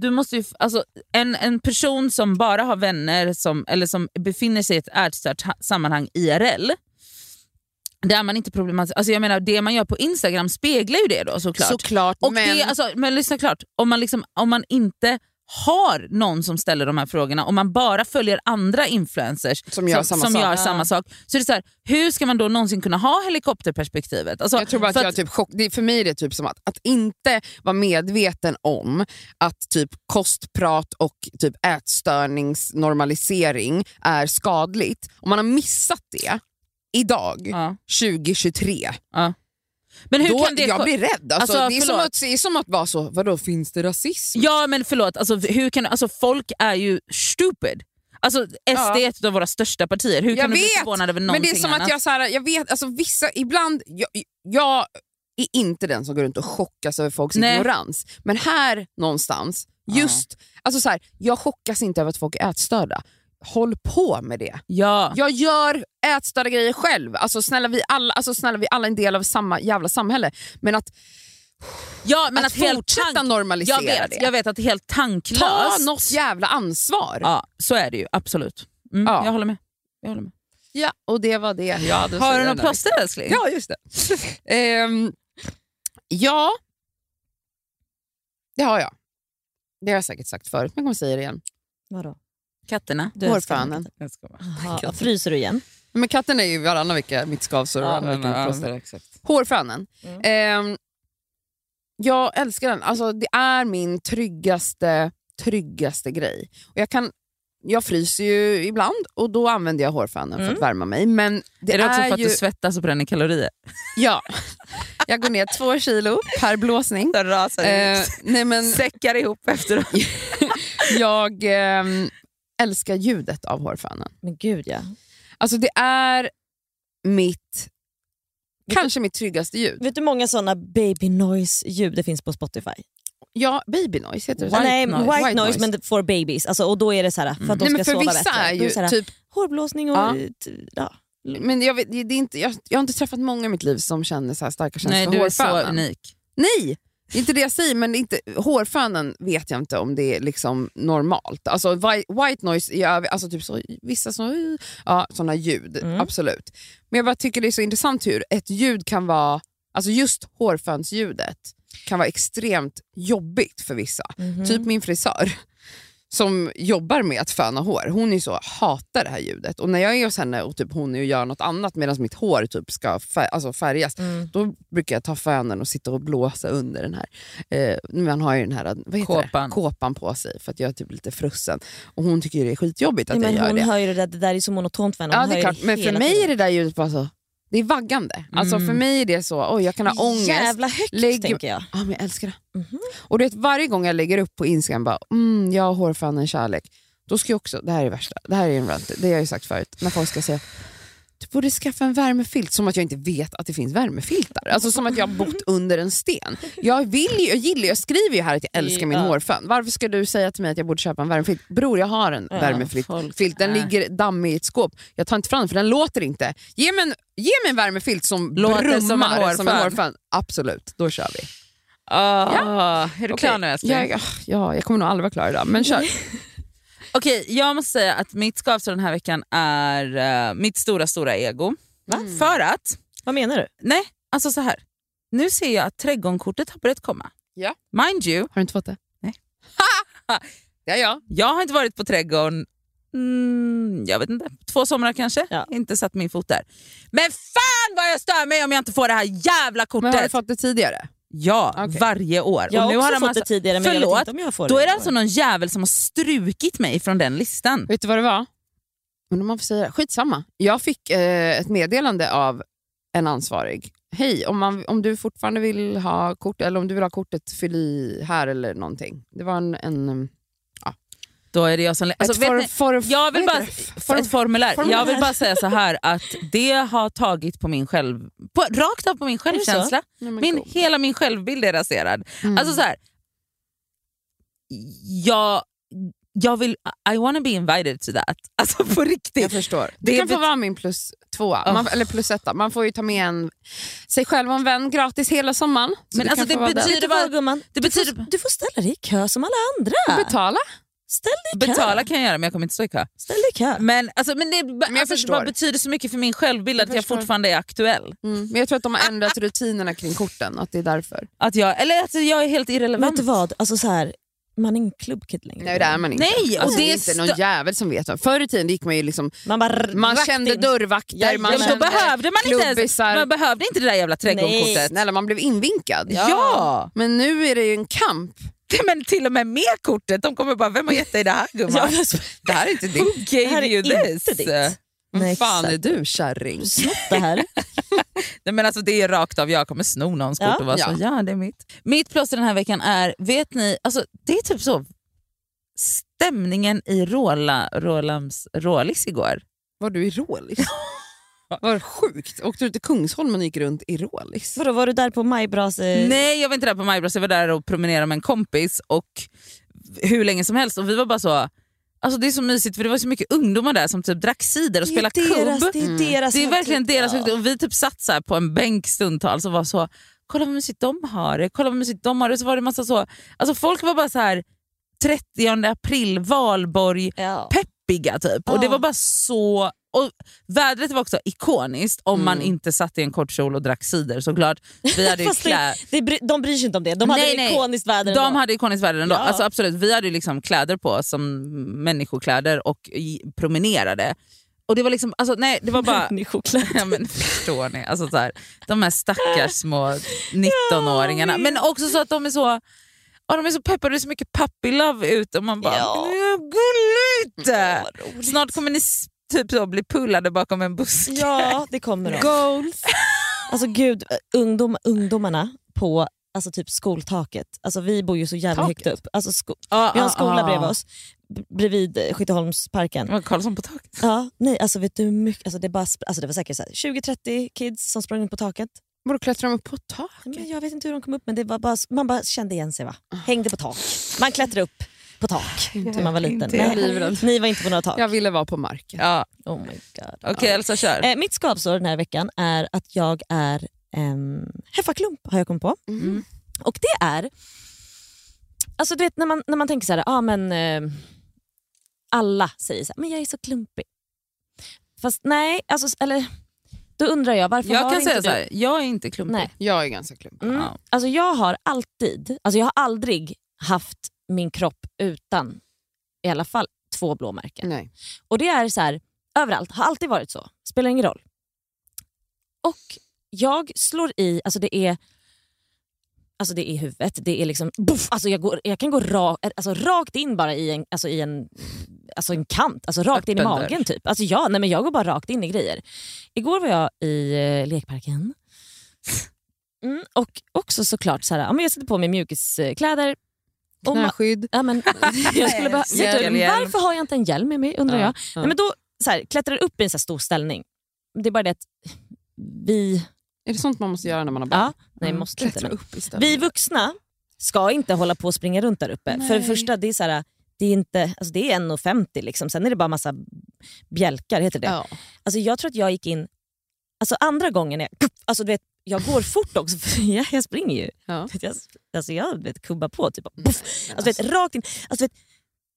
D: du måste ju, alltså, en, en person som bara har vänner som, eller som befinner sig i ett ätstört ha- sammanhang IRL, där man inte problematisk, alltså jag menar det man gör på Instagram speglar ju det då såklart.
B: Såklart,
D: och
B: men...
D: Det, alltså, men lyssna klart, om man, liksom, om man inte har någon som ställer de här frågorna, om man bara följer andra influencers
B: Som gör samma sak.
D: gör
B: Ja.
D: samma sak, så är det så här, hur ska man då någonsin kunna ha helikopterperspektivet? Alltså,
B: Jag tror bara att,
D: för
B: jag typ chock, det, är- för mig är det typ som att, att inte vara medveten om att typ kostprat och typ ätstörningsnormalisering är skadligt. Om man har missat det idag,
D: Ja.
B: 2023,
D: Men hur
B: då
D: kan det
B: jag blir rädd. Alltså,
D: Alltså,
B: det, är som
D: förlåt.
B: att, det är som att vara så, vadå finns det rasism?
D: Ja men förlåt, alltså, hur kan, alltså, folk är ju stupid. Alltså, SD
B: Ja.
D: är ett av våra största partier, hur
B: jag
D: kan du bli
B: vet,
D: förvånad över
B: men
D: någonting
B: det är som
D: annat?
B: att jag, så här, jag vet, alltså vissa, ibland, jag, jag är inte den som går runt och chockas över folks
D: Nej.
B: ignorans, men här någonstans, just, alltså så här, jag chockas inte över att folk är ätstörda. Håll på med det.
D: Ja.
B: Jag gör ätstörda grejer själv. Alltså snälla, vi alla, alltså snälla, vi alla är en del av samma jävla samhälle. Men att,
D: ja,
B: att,
D: men att, helt
B: fortsätta
D: tank-
B: normalisera
D: jag vet,
B: det.
D: Jag vet att helt
B: ta
D: tanklöst...
B: något jävla ansvar.
D: Ja, så är det ju absolut. Mm,
B: Ja.
D: Jag håller med. Jag håller med.
B: Ja, och det var det jag hade att
D: Har
B: säga
D: du
B: den
D: något
B: här
D: plåster älskling?
B: Ja, just det. Ehm, ja, det har jag. Det har jag säkert sagt förut, men jag kommer säga det igen.
C: Vadå?
D: Katterna?
C: Du älskar
B: Hårfönen.
C: mig.
D: Jag ska bara-
C: Jaha, Fryser du igen?
B: Men katten är ju varannan vecka mitt skavsår och varannan vecka mitt plåster. Hårfönen.
D: Mm.
B: Ehm, jag älskar den. Alltså, det är min tryggaste, tryggaste grej. Och jag, kan, jag fryser ju ibland och då använder jag hårfönen för att värma mig. Men det
D: Mm. är det också för att
B: ju,
D: du svettas och bränner kalorier?
B: Ja. Jag går ner två kilo per blåsning.
D: Det rasar
B: Eh, nej men,
D: Säckar ihop efteråt.
B: jag ehm, älskar ljudet av hårfönen.
C: Men gud ja.
B: Alltså det är mitt, kanske mitt tryggaste ljud.
C: Vet du hur många såna baby noise-ljud det finns på Spotify?
B: Ja, baby noise heter det. så?
D: White
C: Nej,
D: noise.
C: white, noise, men det- for babies. Alltså, och då är det så här, för att de
B: Nej,
C: ska
B: men för
C: sova
B: vissa
C: bättre.
B: är
C: Då
B: ju
C: så här,
B: typ,
C: hårblåsning och...
B: Ja.
C: t- Ja.
B: men jag, vet, det är inte, jag, jag har inte träffat många i mitt liv som känner så här starka känslor
D: Nej,
B: för
D: du är
B: hårfönen.
D: så unik.
B: Nej, det är inte det jag säger, men det är inte, hårfönen vet jag inte om det är liksom normalt. Alltså white, white noise, är över- alltså typ så, vissa så, ja, sådana ljud,
C: Mm.
B: absolut. Men jag bara tycker det är så intressant hur ett ljud kan vara, alltså just hårfönsljudet kan vara extremt jobbigt för vissa.
C: Mhm.
B: Typ min frisör som jobbar med att föna hår, hon är så hatar det här ljudet. Och när jag är hos henne och typ hon är och gör något annat medan mitt hår typ ska fär- alltså färgas,
C: Mm.
B: då brukar jag ta fönen och sitta och blåsa under den här. Eh, man har ju den här vad heter
D: Kåpan.
B: Det? Kåpan på sig för att jag är typ lite frusen. Och hon tycker ju det är skitjobbigt att
C: Nej, men
B: jag gör
C: hon
B: det.
C: hör ju det där, det där är så monotont för henne.
B: Ja,
C: Hon
B: det är
C: hör ju
B: klart. Men för
C: hela
B: mig
C: tiden. Mm.
B: är det där ljudet bara så... Det är vaggande. Alltså för mig är det så, oj jag kan ha ångest.
C: Jävla högt
B: Lägg-
C: tänker jag.
B: Ja, men jag älskar det.
C: Mhm.
B: Och du vet, varje gång jag lägger upp på Instagram bara, mm, jag har hårfanen kärlek. Då ska jag också, det här är det värsta, det här är en rant, det har jag ju sagt förut, när folk ska säga du borde skaffa en värmefilt, som att jag inte vet att det finns värmefiltar. Alltså som att jag har bott under en sten. Jag vill ju, jag gillar, jag skriver ju här att jag älskar min
C: Ja.
B: hårfön. Varför ska du säga till mig att jag borde köpa en värmefilt? Bror, jag har en
C: Ja,
B: värmefilt.
D: folk
B: Filt, den
D: är-
B: ligger dammig i ett skåp. Jag tar inte fram den, för den låter inte. Ge mig en, ge mig en värmefilt som
D: Låter som en
B: brummar som en
D: hårfön.
B: hårfön. Absolut, då kör vi.
D: ja. Ah, Är du
B: Okej.
D: klar nu älskling?
B: Ja, ja, ja, jag kommer nog aldrig vara klar idag, men kör.
D: Okej, jag måste säga att mitt skavsår den här veckan är eh, mitt stora, stora ego. Mm. För att,
C: Vad menar du?
D: nej, alltså så här. Nu ser jag att trädgårdskortet har börjat komma.
B: Ja.
D: Mind you,
B: Har du inte fått det?
D: Nej.
B: Ha! ja, ja.
D: jag har inte varit på trädgården, mm, jag vet inte, två somrar kanske.
C: Ja.
D: Inte satt min fot där. Men fan vad jag stör mig om jag inte får det här jävla
B: Men har du
D: kortet!
B: fått det tidigare?
D: Ja,
B: Okej.
D: varje år.
C: Jag har
D: Och nu
C: också
D: har de
C: fått
D: alltså-
C: det tidigare men jag
D: Förlåt,
C: vet inte om jag får
D: Då
C: det.
D: är det alltså någon jävel som har strukit mig från den listan.
B: Vet du vad det var? Men om man får säga det. Skitsamma. Jag fick eh, ett meddelande av en ansvarig. Hej, om, man, om du fortfarande vill ha kort eller om du vill ha kortet, fyll i här eller någonting. Det var en... en um,
D: Då är det jag som... Alltså,
B: ett
D: vet
B: for,
D: ni-
B: for,
D: jag vill
B: vad
D: bara,
B: heter det? For-
D: ett formulär.
B: formulär.
D: Jag vill bara säga så här att det har tagit på min själv... På, rakt av på min
C: det så?
D: självkänsla.
B: Nej, men
D: Min,
B: god.
D: hela min självbild är raserad.
B: Mm.
D: Alltså så här, jag, jag vill... I wanna be invited to that. Alltså på
B: Jag
D: riktigt.
B: förstår.
D: Det
B: Det kan få
D: bet-
B: vara min plus tvåa, man,
D: Oh.
B: eller plus etta. Man får ju ta med en, sig själv och en vän gratis hela sommaren. Så
D: Men
B: kan
D: alltså
B: få
D: det
B: vara där.
D: betyder
C: Vet du
D: bara-
C: vad gumman?
D: Det
C: Du
D: betyder...
C: får- Du får ställa dig i kö som alla andra.
B: Betala.
C: Ställ dig i kö.
D: Betala kan jag göra men jag kommer inte stå i kö.
C: Ställ dig i kö.
D: Men, alltså, men, det, men alltså, det
B: förstår.
D: bara betyder så mycket för min självbild
B: Jag
D: att jag
B: förstår.
D: fortfarande är aktuell.
B: Mm, Men jag tror att de har ändrat rutinerna kring korten, att det är därför.
D: Att jag, eller att jag är helt irrelevant.
C: Vet du vad? Alltså så här, man är en klubbkid längre.
B: Nej det är man inte.
D: Nej, och
B: alltså, det,
D: det
B: är
D: är
B: inte någon
D: stö-
B: jävel som vet. vad- Förr i tiden gick man ju liksom,
C: Man bara r-
B: man
C: rakt
B: kände
C: in.
B: dörrvakter, man
D: Ja, men då
B: kände
D: behövde man inte ens,
B: klubbisar.
D: man behövde inte det där jävla trädgårdskortet.
B: Snälla man blev invinkad.
D: Ja.
B: Men nu är det ju en kamp.
D: Men till och med med kortet, de kommer bara “vem har gett dig det här
C: Ja,
D: gumman?”
C: men alltså, så-
D: Det här är inte ditt. Who
C: Det här
D: gave
C: är
D: you
C: inte
D: this? Mm,
C: ditt.
B: Vem
C: Nej,
B: fan
C: exakt.
B: är du kärring?
C: Snott det här.
D: Nej, men alltså, det är rakt av, jag kommer sno någons
C: Ja.
D: kort och vara så “ja, det är mitt”. Mitt plåster den här veckan är, vet ni, alltså, det är typ så stämningen i Råla, Rålams, Rålis igår.
B: Var du i Rålis? Vad sjukt. Åkte du till Kungsholmen och gick runt i Rålis?
C: Vadå, var du där på Majbras? eh,
D: Nej, jag var inte där på Majbros. Jag var där och promenerade med en kompis och hur länge som helst. Och vi var bara så... Alltså det är så mysigt för det var så mycket ungdomar där som typ drack cider och
C: Det är
D: spelade
C: deras-
D: kubb.
C: Det är deras
D: Det är verkligen
C: högtid.
D: deras
C: Alltså,
D: högtid.
C: Ja.
D: Och vi typ satt så här på en bänk stundtals och var så... Kolla vad mysigt de har det. Kolla vad mysigt de har det. Så var det massa så... Alltså folk var bara så här 30 april, valborg,
C: Ja.
D: peppiga typ. Och det
C: Ja.
D: var bara så... Och vädret var också ikoniskt om man inte satt i en kort kjol och drack cider såklart. Vi hade ju
C: Mm. Fast
D: klä...
C: det, det, bry- de br- bryr sig inte om det. De hade
D: Nej,
C: det
D: nej.
C: ikoniskt väder
D: De
C: ändå.
D: hade ikoniskt värde ändå.
C: Ja.
D: Alltså absolut, vi hade ju liksom kläder på oss som människokläder och i- promenerade. Och det var liksom, alltså, nej det var bara...
C: Människokläder.
D: Ja, men, förstår ni? Alltså, så här, de här stackars små 19-åringarna. Men också så att de är så ja, de är så peppade, det är så mycket puppy love ute och man bara
C: Ja.
D: "Ja, gulligt!
C: Ja, vad roligt.
D: Snart kommer ni s- typ så, bli pullade bakom en buske.
C: Ja, det kommer de.
D: Goals.
C: Alltså gud, ungdom, ungdomarna på alltså typ skoltaket. Alltså vi bor ju så jävla
B: Taket?
C: högt upp. Alltså sko- vi har
D: Ah,
C: en skola bredvid oss, b- bredvid eh, Skytteholmsparken.
D: Var Karlsson på taket?
C: Ja, nej, alltså vet du hur mycket, alltså det, bara, sp- alltså det var säkert så här 20-30 kids som sprang runt på taket.
B: Borde klättra upp på taket?
C: Men jag vet inte hur de kom upp men det var bara, man bara kände igen sig va? Hängde på tak. Man klättrade upp på tak när man var liten.
D: Inte Ah. jag.
B: Livrädd.
C: ni var inte på några tak.
B: Jag ville vara på marken.
D: Ja,
C: Oh my god.
D: okej
C: Ja.
D: Elsa kör.
C: Eh, mitt skavsår den här veckan är att jag är um, heffaklump har jag kommit på.
B: Mm.
C: Och det är, alltså du vet när man, när man tänker så här, ah, men eh, alla säger så här, men jag är så klumpig. Fast nej, alltså, eller, då undrar jag varför
D: Jag
C: har
D: kan
C: inte
D: säga
C: du?
D: så här, jag är inte klumpig.
C: Nej.
B: Jag är ganska klumpig.
C: Mm.
D: Ja.
C: Alltså jag har alltid, alltså jag har aldrig haft min kropp utan i alla fall två blåmärken.
B: Nej.
C: Och det är så här, överallt, har alltid varit så. Spelar ingen roll. Och jag slår i, alltså det är Alltså det är i huvudet, det är liksom, buff, alltså jag, går, jag kan gå ra, alltså rakt in bara i en, alltså i en alltså en kant, alltså rakt in i
D: Öppen dörr.
C: magen typ. Alltså jag, nej men jag går bara rakt in i grejer. Igår var jag i eh, lekparken mm, och också såklart så här, ja, men jag sätter på mig mjukiskläder. Och ma-
B: Knäskydd.
C: Ja, men, jag skulle bara, vet du,
D: Cykelhjälm.
C: varför har jag inte en hjälm med mig undrar
D: Ja,
C: jag.
D: ja.
C: Nej, men då så här, klättrar jag upp i en så här stor ställning. Det är bara det att vi,
B: Är det sånt man måste göra när man har barn?
C: ja, nej, måste inte,
B: Klättra
C: men-
B: Mm, upp istället.
C: vi vuxna ska inte hålla på och springa runt där uppe. För det första, det är, så här, det är, inte, alltså det är 1,50 liksom. sen är det bara massa bjälkar. Heter det.
B: Ja.
C: Alltså jag tror att jag gick in, alltså andra gången, jag, alltså du vet, jag går fort också, för jag, jag springer ju.
B: Ja.
C: Jag, alltså jag du vet, kubbar på, typ,
D: Mm.
C: och puff, alltså, du vet, rakt in. Alltså, du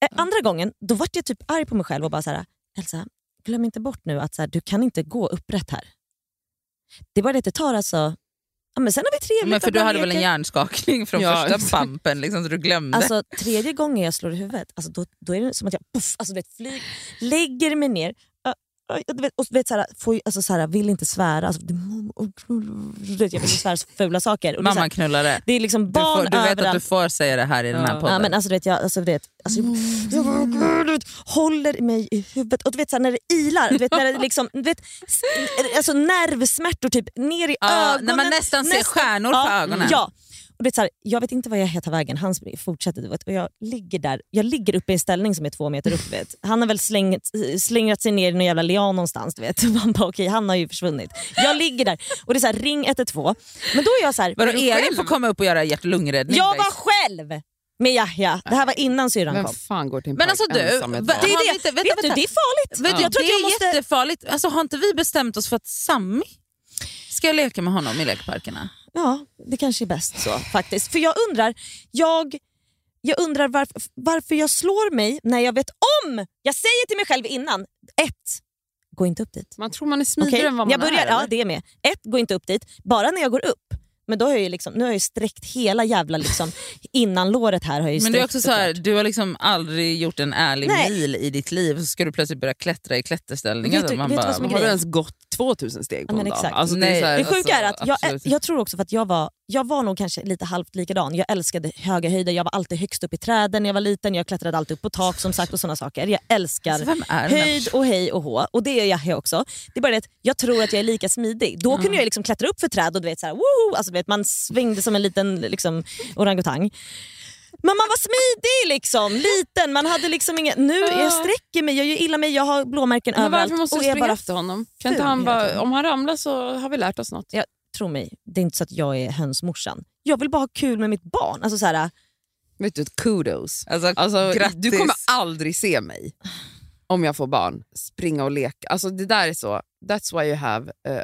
C: vet, eh, andra gången då vart jag typ arg på mig själv och bara så här, Elsa, glöm inte bort nu att så här, du kan inte gå upprätt här. Det är bara det att det tar alltså... Ja, men sen har vi trevligt.
D: Men
C: och
D: för du
C: bara
D: hade väl en
C: leker.
D: hjärnskakning från
B: Ja,
D: första
B: exakt.
D: pampen liksom, så du glömde?
C: Alltså tredje gången jag slår i huvudet, alltså, då, då är det som att jag puff, alltså, du vet, flyg, lägger mig ner. Ö, ö, Du vet, och du vet, så här, får, ju- alltså, så här, vill inte svära. Alltså, det- du vet, jag vill inte svära så fula saker. Och det, är så
D: Mamma
C: här,
D: knullare.
C: det är liksom
D: Du, får,
C: barn
D: du vet att du
C: överallt.
D: får säga det här i den här podden.
C: Ja, men alltså, du vet, jag, alltså, du vet, alltså, jag, du vet, håller mig i huvudet och du vet så här, när det ilar, du vet, när det liksom, du vet, s- alltså, nervsmärtor typ ner i
D: Ja,
C: ögonen.
D: när man nästan ser stjärnor för ögonen.
C: Ja. Och det är så här, jag vet inte vad jag heter vägen, han sp- fortsätter. du Vet, och jag, ligger där, jag ligger uppe i en ställning som är två meter upp. Vet. Han har väl slängt, slängrat sig ner i någon jävla lian någonstans. Du vet. Man bara, okej, han har ju försvunnit. Jag ligger där och det är så här, ring 112. Men då är jag så här,
D: Vadå, Elin får komma upp och göra hjärt-lungräddning.
C: jag
D: guys.
C: var själv med Yahya. Det här var innan syrran
B: Vem
C: kom.
B: fan går till en
D: liksom? Men
B: park
D: alltså du,
B: ensam med ett
D: va-
B: barn?
C: Det
D: Har
C: är
D: vi
C: det.
D: inte- vänta,
C: vet
D: vänta.
C: du, det är farligt.
D: Vet du,
C: Jag tror
D: det
C: att jag
D: är
C: måste...
D: jättefarligt. Alltså, har inte vi bestämt oss för att Sammy ska jag leka med honom i lekparkerna?
C: Ja, det kanske är bäst så faktiskt. För jag undrar, jag, jag undrar varför, varför jag slår mig när jag vet om, jag säger till mig själv innan, ett, gå inte upp dit.
B: Man tror man är smidigare
C: Okej?
B: än vad man
C: jag börjar,
B: är.
C: ja
B: eller?
C: det är med. Ett, gå inte upp dit. Bara när jag går upp, men då har jag ju liksom, nu har jag ju sträckt hela jävla liksom, innanlåret här. Har jag ju
D: Men det är
C: sträckt
D: också så här,
C: såklart.
D: du har liksom aldrig gjort en ärlig
C: Nej.
D: mil i ditt liv så ska du plötsligt börja klättra i klätterställningar.
C: Vet du-
D: där man
C: vet du
D: bara,
C: vad som är
B: Har du
C: grejen.
B: ens gått 2000 steg på
C: Ja,
B: en
C: men
B: dag?
C: exakt.
B: Alltså,
D: Nej.
B: det är
D: Det
C: Det
B: så här,
C: sjuka är att jag,
D: absolut.
C: jag tror också för att jag var, jag var nog kanske lite halvt likadan. Jag älskade höga höjder, jag var alltid högst upp i träden när jag var liten. Jag klättrade alltid upp på tak som sagt och sådana saker. Jag älskar
D: Alltså, vem är den här
C: höjd och hej och hå. Och det är jag också. Det är bara det att jag tror att jag är lika smidig. Då
B: Mm.
C: kunde jag liksom klättra upp för träd och du vet, så här, woho! Alltså, du vet, man svängde som en liten liksom, orangutang. Men man var smidig liksom, liten. Man hade liksom inga... Nu jag sträcker mig, jag gör illa mig, jag har blåmärken
B: men
C: överallt.
B: varför måste
C: och
B: du
C: jag
B: springa
C: bara
B: efter honom? Kan inte
C: ful
B: han
C: hela
B: bara,
C: tiden.
B: om han ramlar så har vi lärt oss något.
C: tro mig, det är inte så att jag är hönsmorsan. Jag vill bara ha kul med mitt barn. Alltså så här,
B: Vet du, kudos.
D: Alltså,
B: Alltså,
D: grattis.
B: du kommer aldrig se mig om jag får barn springa och leka. Alltså, det där är så, that's why you have eh,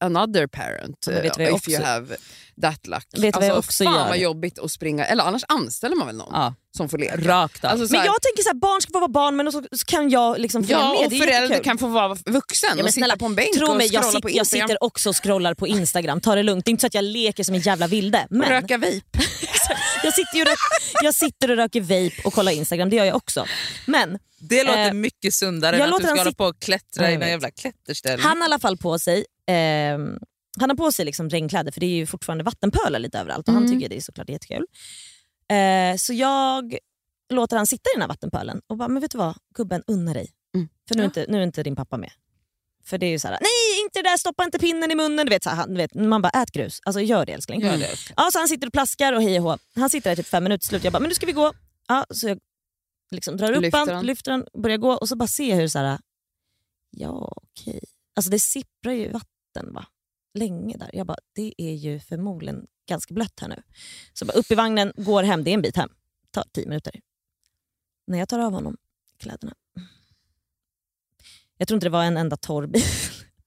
B: another parent
C: Ja, men vet du
B: eh,
C: vad jag
B: if you
C: också-
B: have that luck.
C: du vad
B: alltså,
C: jag också
B: fan
C: gör?
B: vad jobbigt att springa, eller annars anställer man väl någon
D: Ja,
B: som får leka.
D: rakt av.
B: Alltså, så
C: men
B: här-
C: jag tänker så här, barn ska få vara barn men så, så kan jag liksom följa
B: Ja,
C: med.
B: och
C: Det är
B: förälder
C: jättekul.
B: kan få vara vuxen
C: Ja, men
B: och
C: snälla,
B: sitta på en bänk
C: tro
B: och
C: mig, jag,
B: scrolla på
C: sit- jag
B: Instagram
C: sitter också och scrollar på Instagram. Ta det lugnt. Det är inte så att jag leker som en jävla vilde.
B: och
C: Men
B: röka vape.
C: jag sitter, ju och rök, jag sitter och röker vape och kollar Instagram. Det gör jag också. Men
D: det låter
C: eh,
D: mycket sundare
C: jag
D: än att
C: låter
D: du ska
C: han
D: hålla
C: sit-
D: på och klättra
C: Ja,
D: i
C: jag
D: någon
C: vet.
D: jävla klätterställning.
C: han har i alla fall på sig ehm, han har på sig liksom regnkläder för det är ju fortfarande vattenpölar lite överallt och han tycker det är såklart jättekul. Eh, så jag låter han sitta i den här vattenpölen och bara, men vet du vad gubben, unna dig.
B: Mm.
C: För nu är, inte, nu är inte din pappa med. För det är ju såhär, nej inte det där, stoppa inte pinnen i munnen. Du vet, så här, han, du vet, man bara, ät grus. Alltså gör det älskling.
B: Mm.
D: Gör det.
C: Ja, så han sitter och plaskar och hej och hå. Han sitter där i typ fem minuter slut. Jag bara, men nu ska vi gå. Ja, så jag liksom drar upp
B: Lyfter
C: han,
B: han.
C: lyfter han, börjar gå och så bara ser jag hur så här. ja okej. Alltså det sipprar ju vatten va? länge där. Jag bara, det är ju förmodligen ganska blött här nu. Så bara upp i vagnen, går hem, det är en bit hem. Tar tio minuter. När jag tar av honom kläderna. Jag tror inte det var en enda torr bil.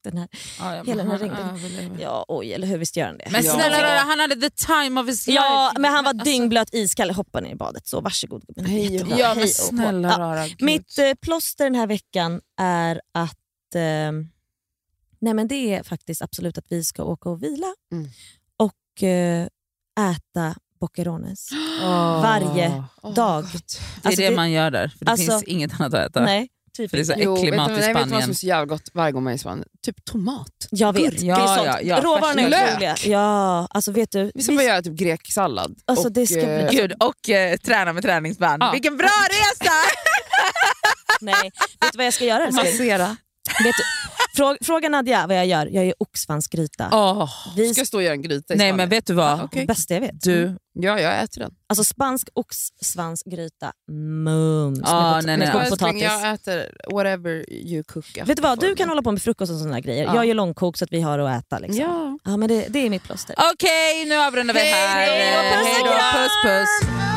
C: Den här.
D: Ja, ja,
C: Hela
D: men
C: den här
D: han-
C: ringen.
D: ja, väl, väl.
C: Ja, oj, eller hur? Visst gör han det?
D: Men
B: Ja.
D: snälla rara, han hade the time of his life.
C: Ja, men han var
D: Alltså,
C: dyngblöt iskall. Hoppa ner i badet. Så varsågod gubben.
B: Hej och
C: Jättebra.
D: Ja,
C: Hej
D: men
C: och hå.
D: snälla
C: Ja.
D: rara. gud.
C: Mitt eh, plåster den här veckan är att ehm, nej men det är faktiskt absolut att vi ska åka och vila
B: Mm.
C: och eh, äta Boccherones.
D: Åh.
C: varje dag.
D: Det är
C: Alltså,
D: det,
C: det-
D: man gör där. För det
C: alltså-
D: finns inget annat att äta.
C: Nej, typ.
D: För det är så
B: Jo, vet
D: äcklig
B: du,
D: mat i
B: nej, vet du vad som
D: Spanien.
B: är så jävla gott varje gång man är i Spanien? Typ tomat.
C: Jag vet.
D: Gurka.
C: det är sånt.
D: Ja, ja, ja.
C: Råvarorna är
B: Lök.
C: otroliga. Ja, alltså vet du.
B: Vi ska bara göra typ greksallad.
C: Alltså,
B: och,
C: det ska bli-
B: eh,
D: Gud, och eh, träna med träningsband.
B: Ja.
D: Vilken bra resa!
C: Nej. Vet du vad jag ska göra älskling?
D: Massera.
C: Vet du, fråga, fråga Nadja vad jag gör. Jag gör oxfansgryta. Vi
B: Ska jag stå och göra en gryta i
D: Nej
B: Spanien?
D: men vet du vad?
B: Ja, okej.
C: Bästa jag vet.
D: Du,
B: Ja, jag äter den.
C: Alltså spansk oxsvansgryta, mums.
D: Ah,
C: med pot-
D: nej, nej.
C: med
B: Ja,
C: kokt
B: älskling,
C: potatis.
B: jag äter whatever you cook.
C: Vet du vad, du kan hålla på med frukost och sådana där grejer.
B: Ja.
C: Jag gör långkok så att vi har att äta. Liksom. Ja.
B: Ja.
C: men det, det är mitt plåster.
D: Okej, nu avrundar vi
B: Hej
D: här.
B: då,
D: Eh,
B: puss och
D: hej då,
B: kram!
D: puss puss.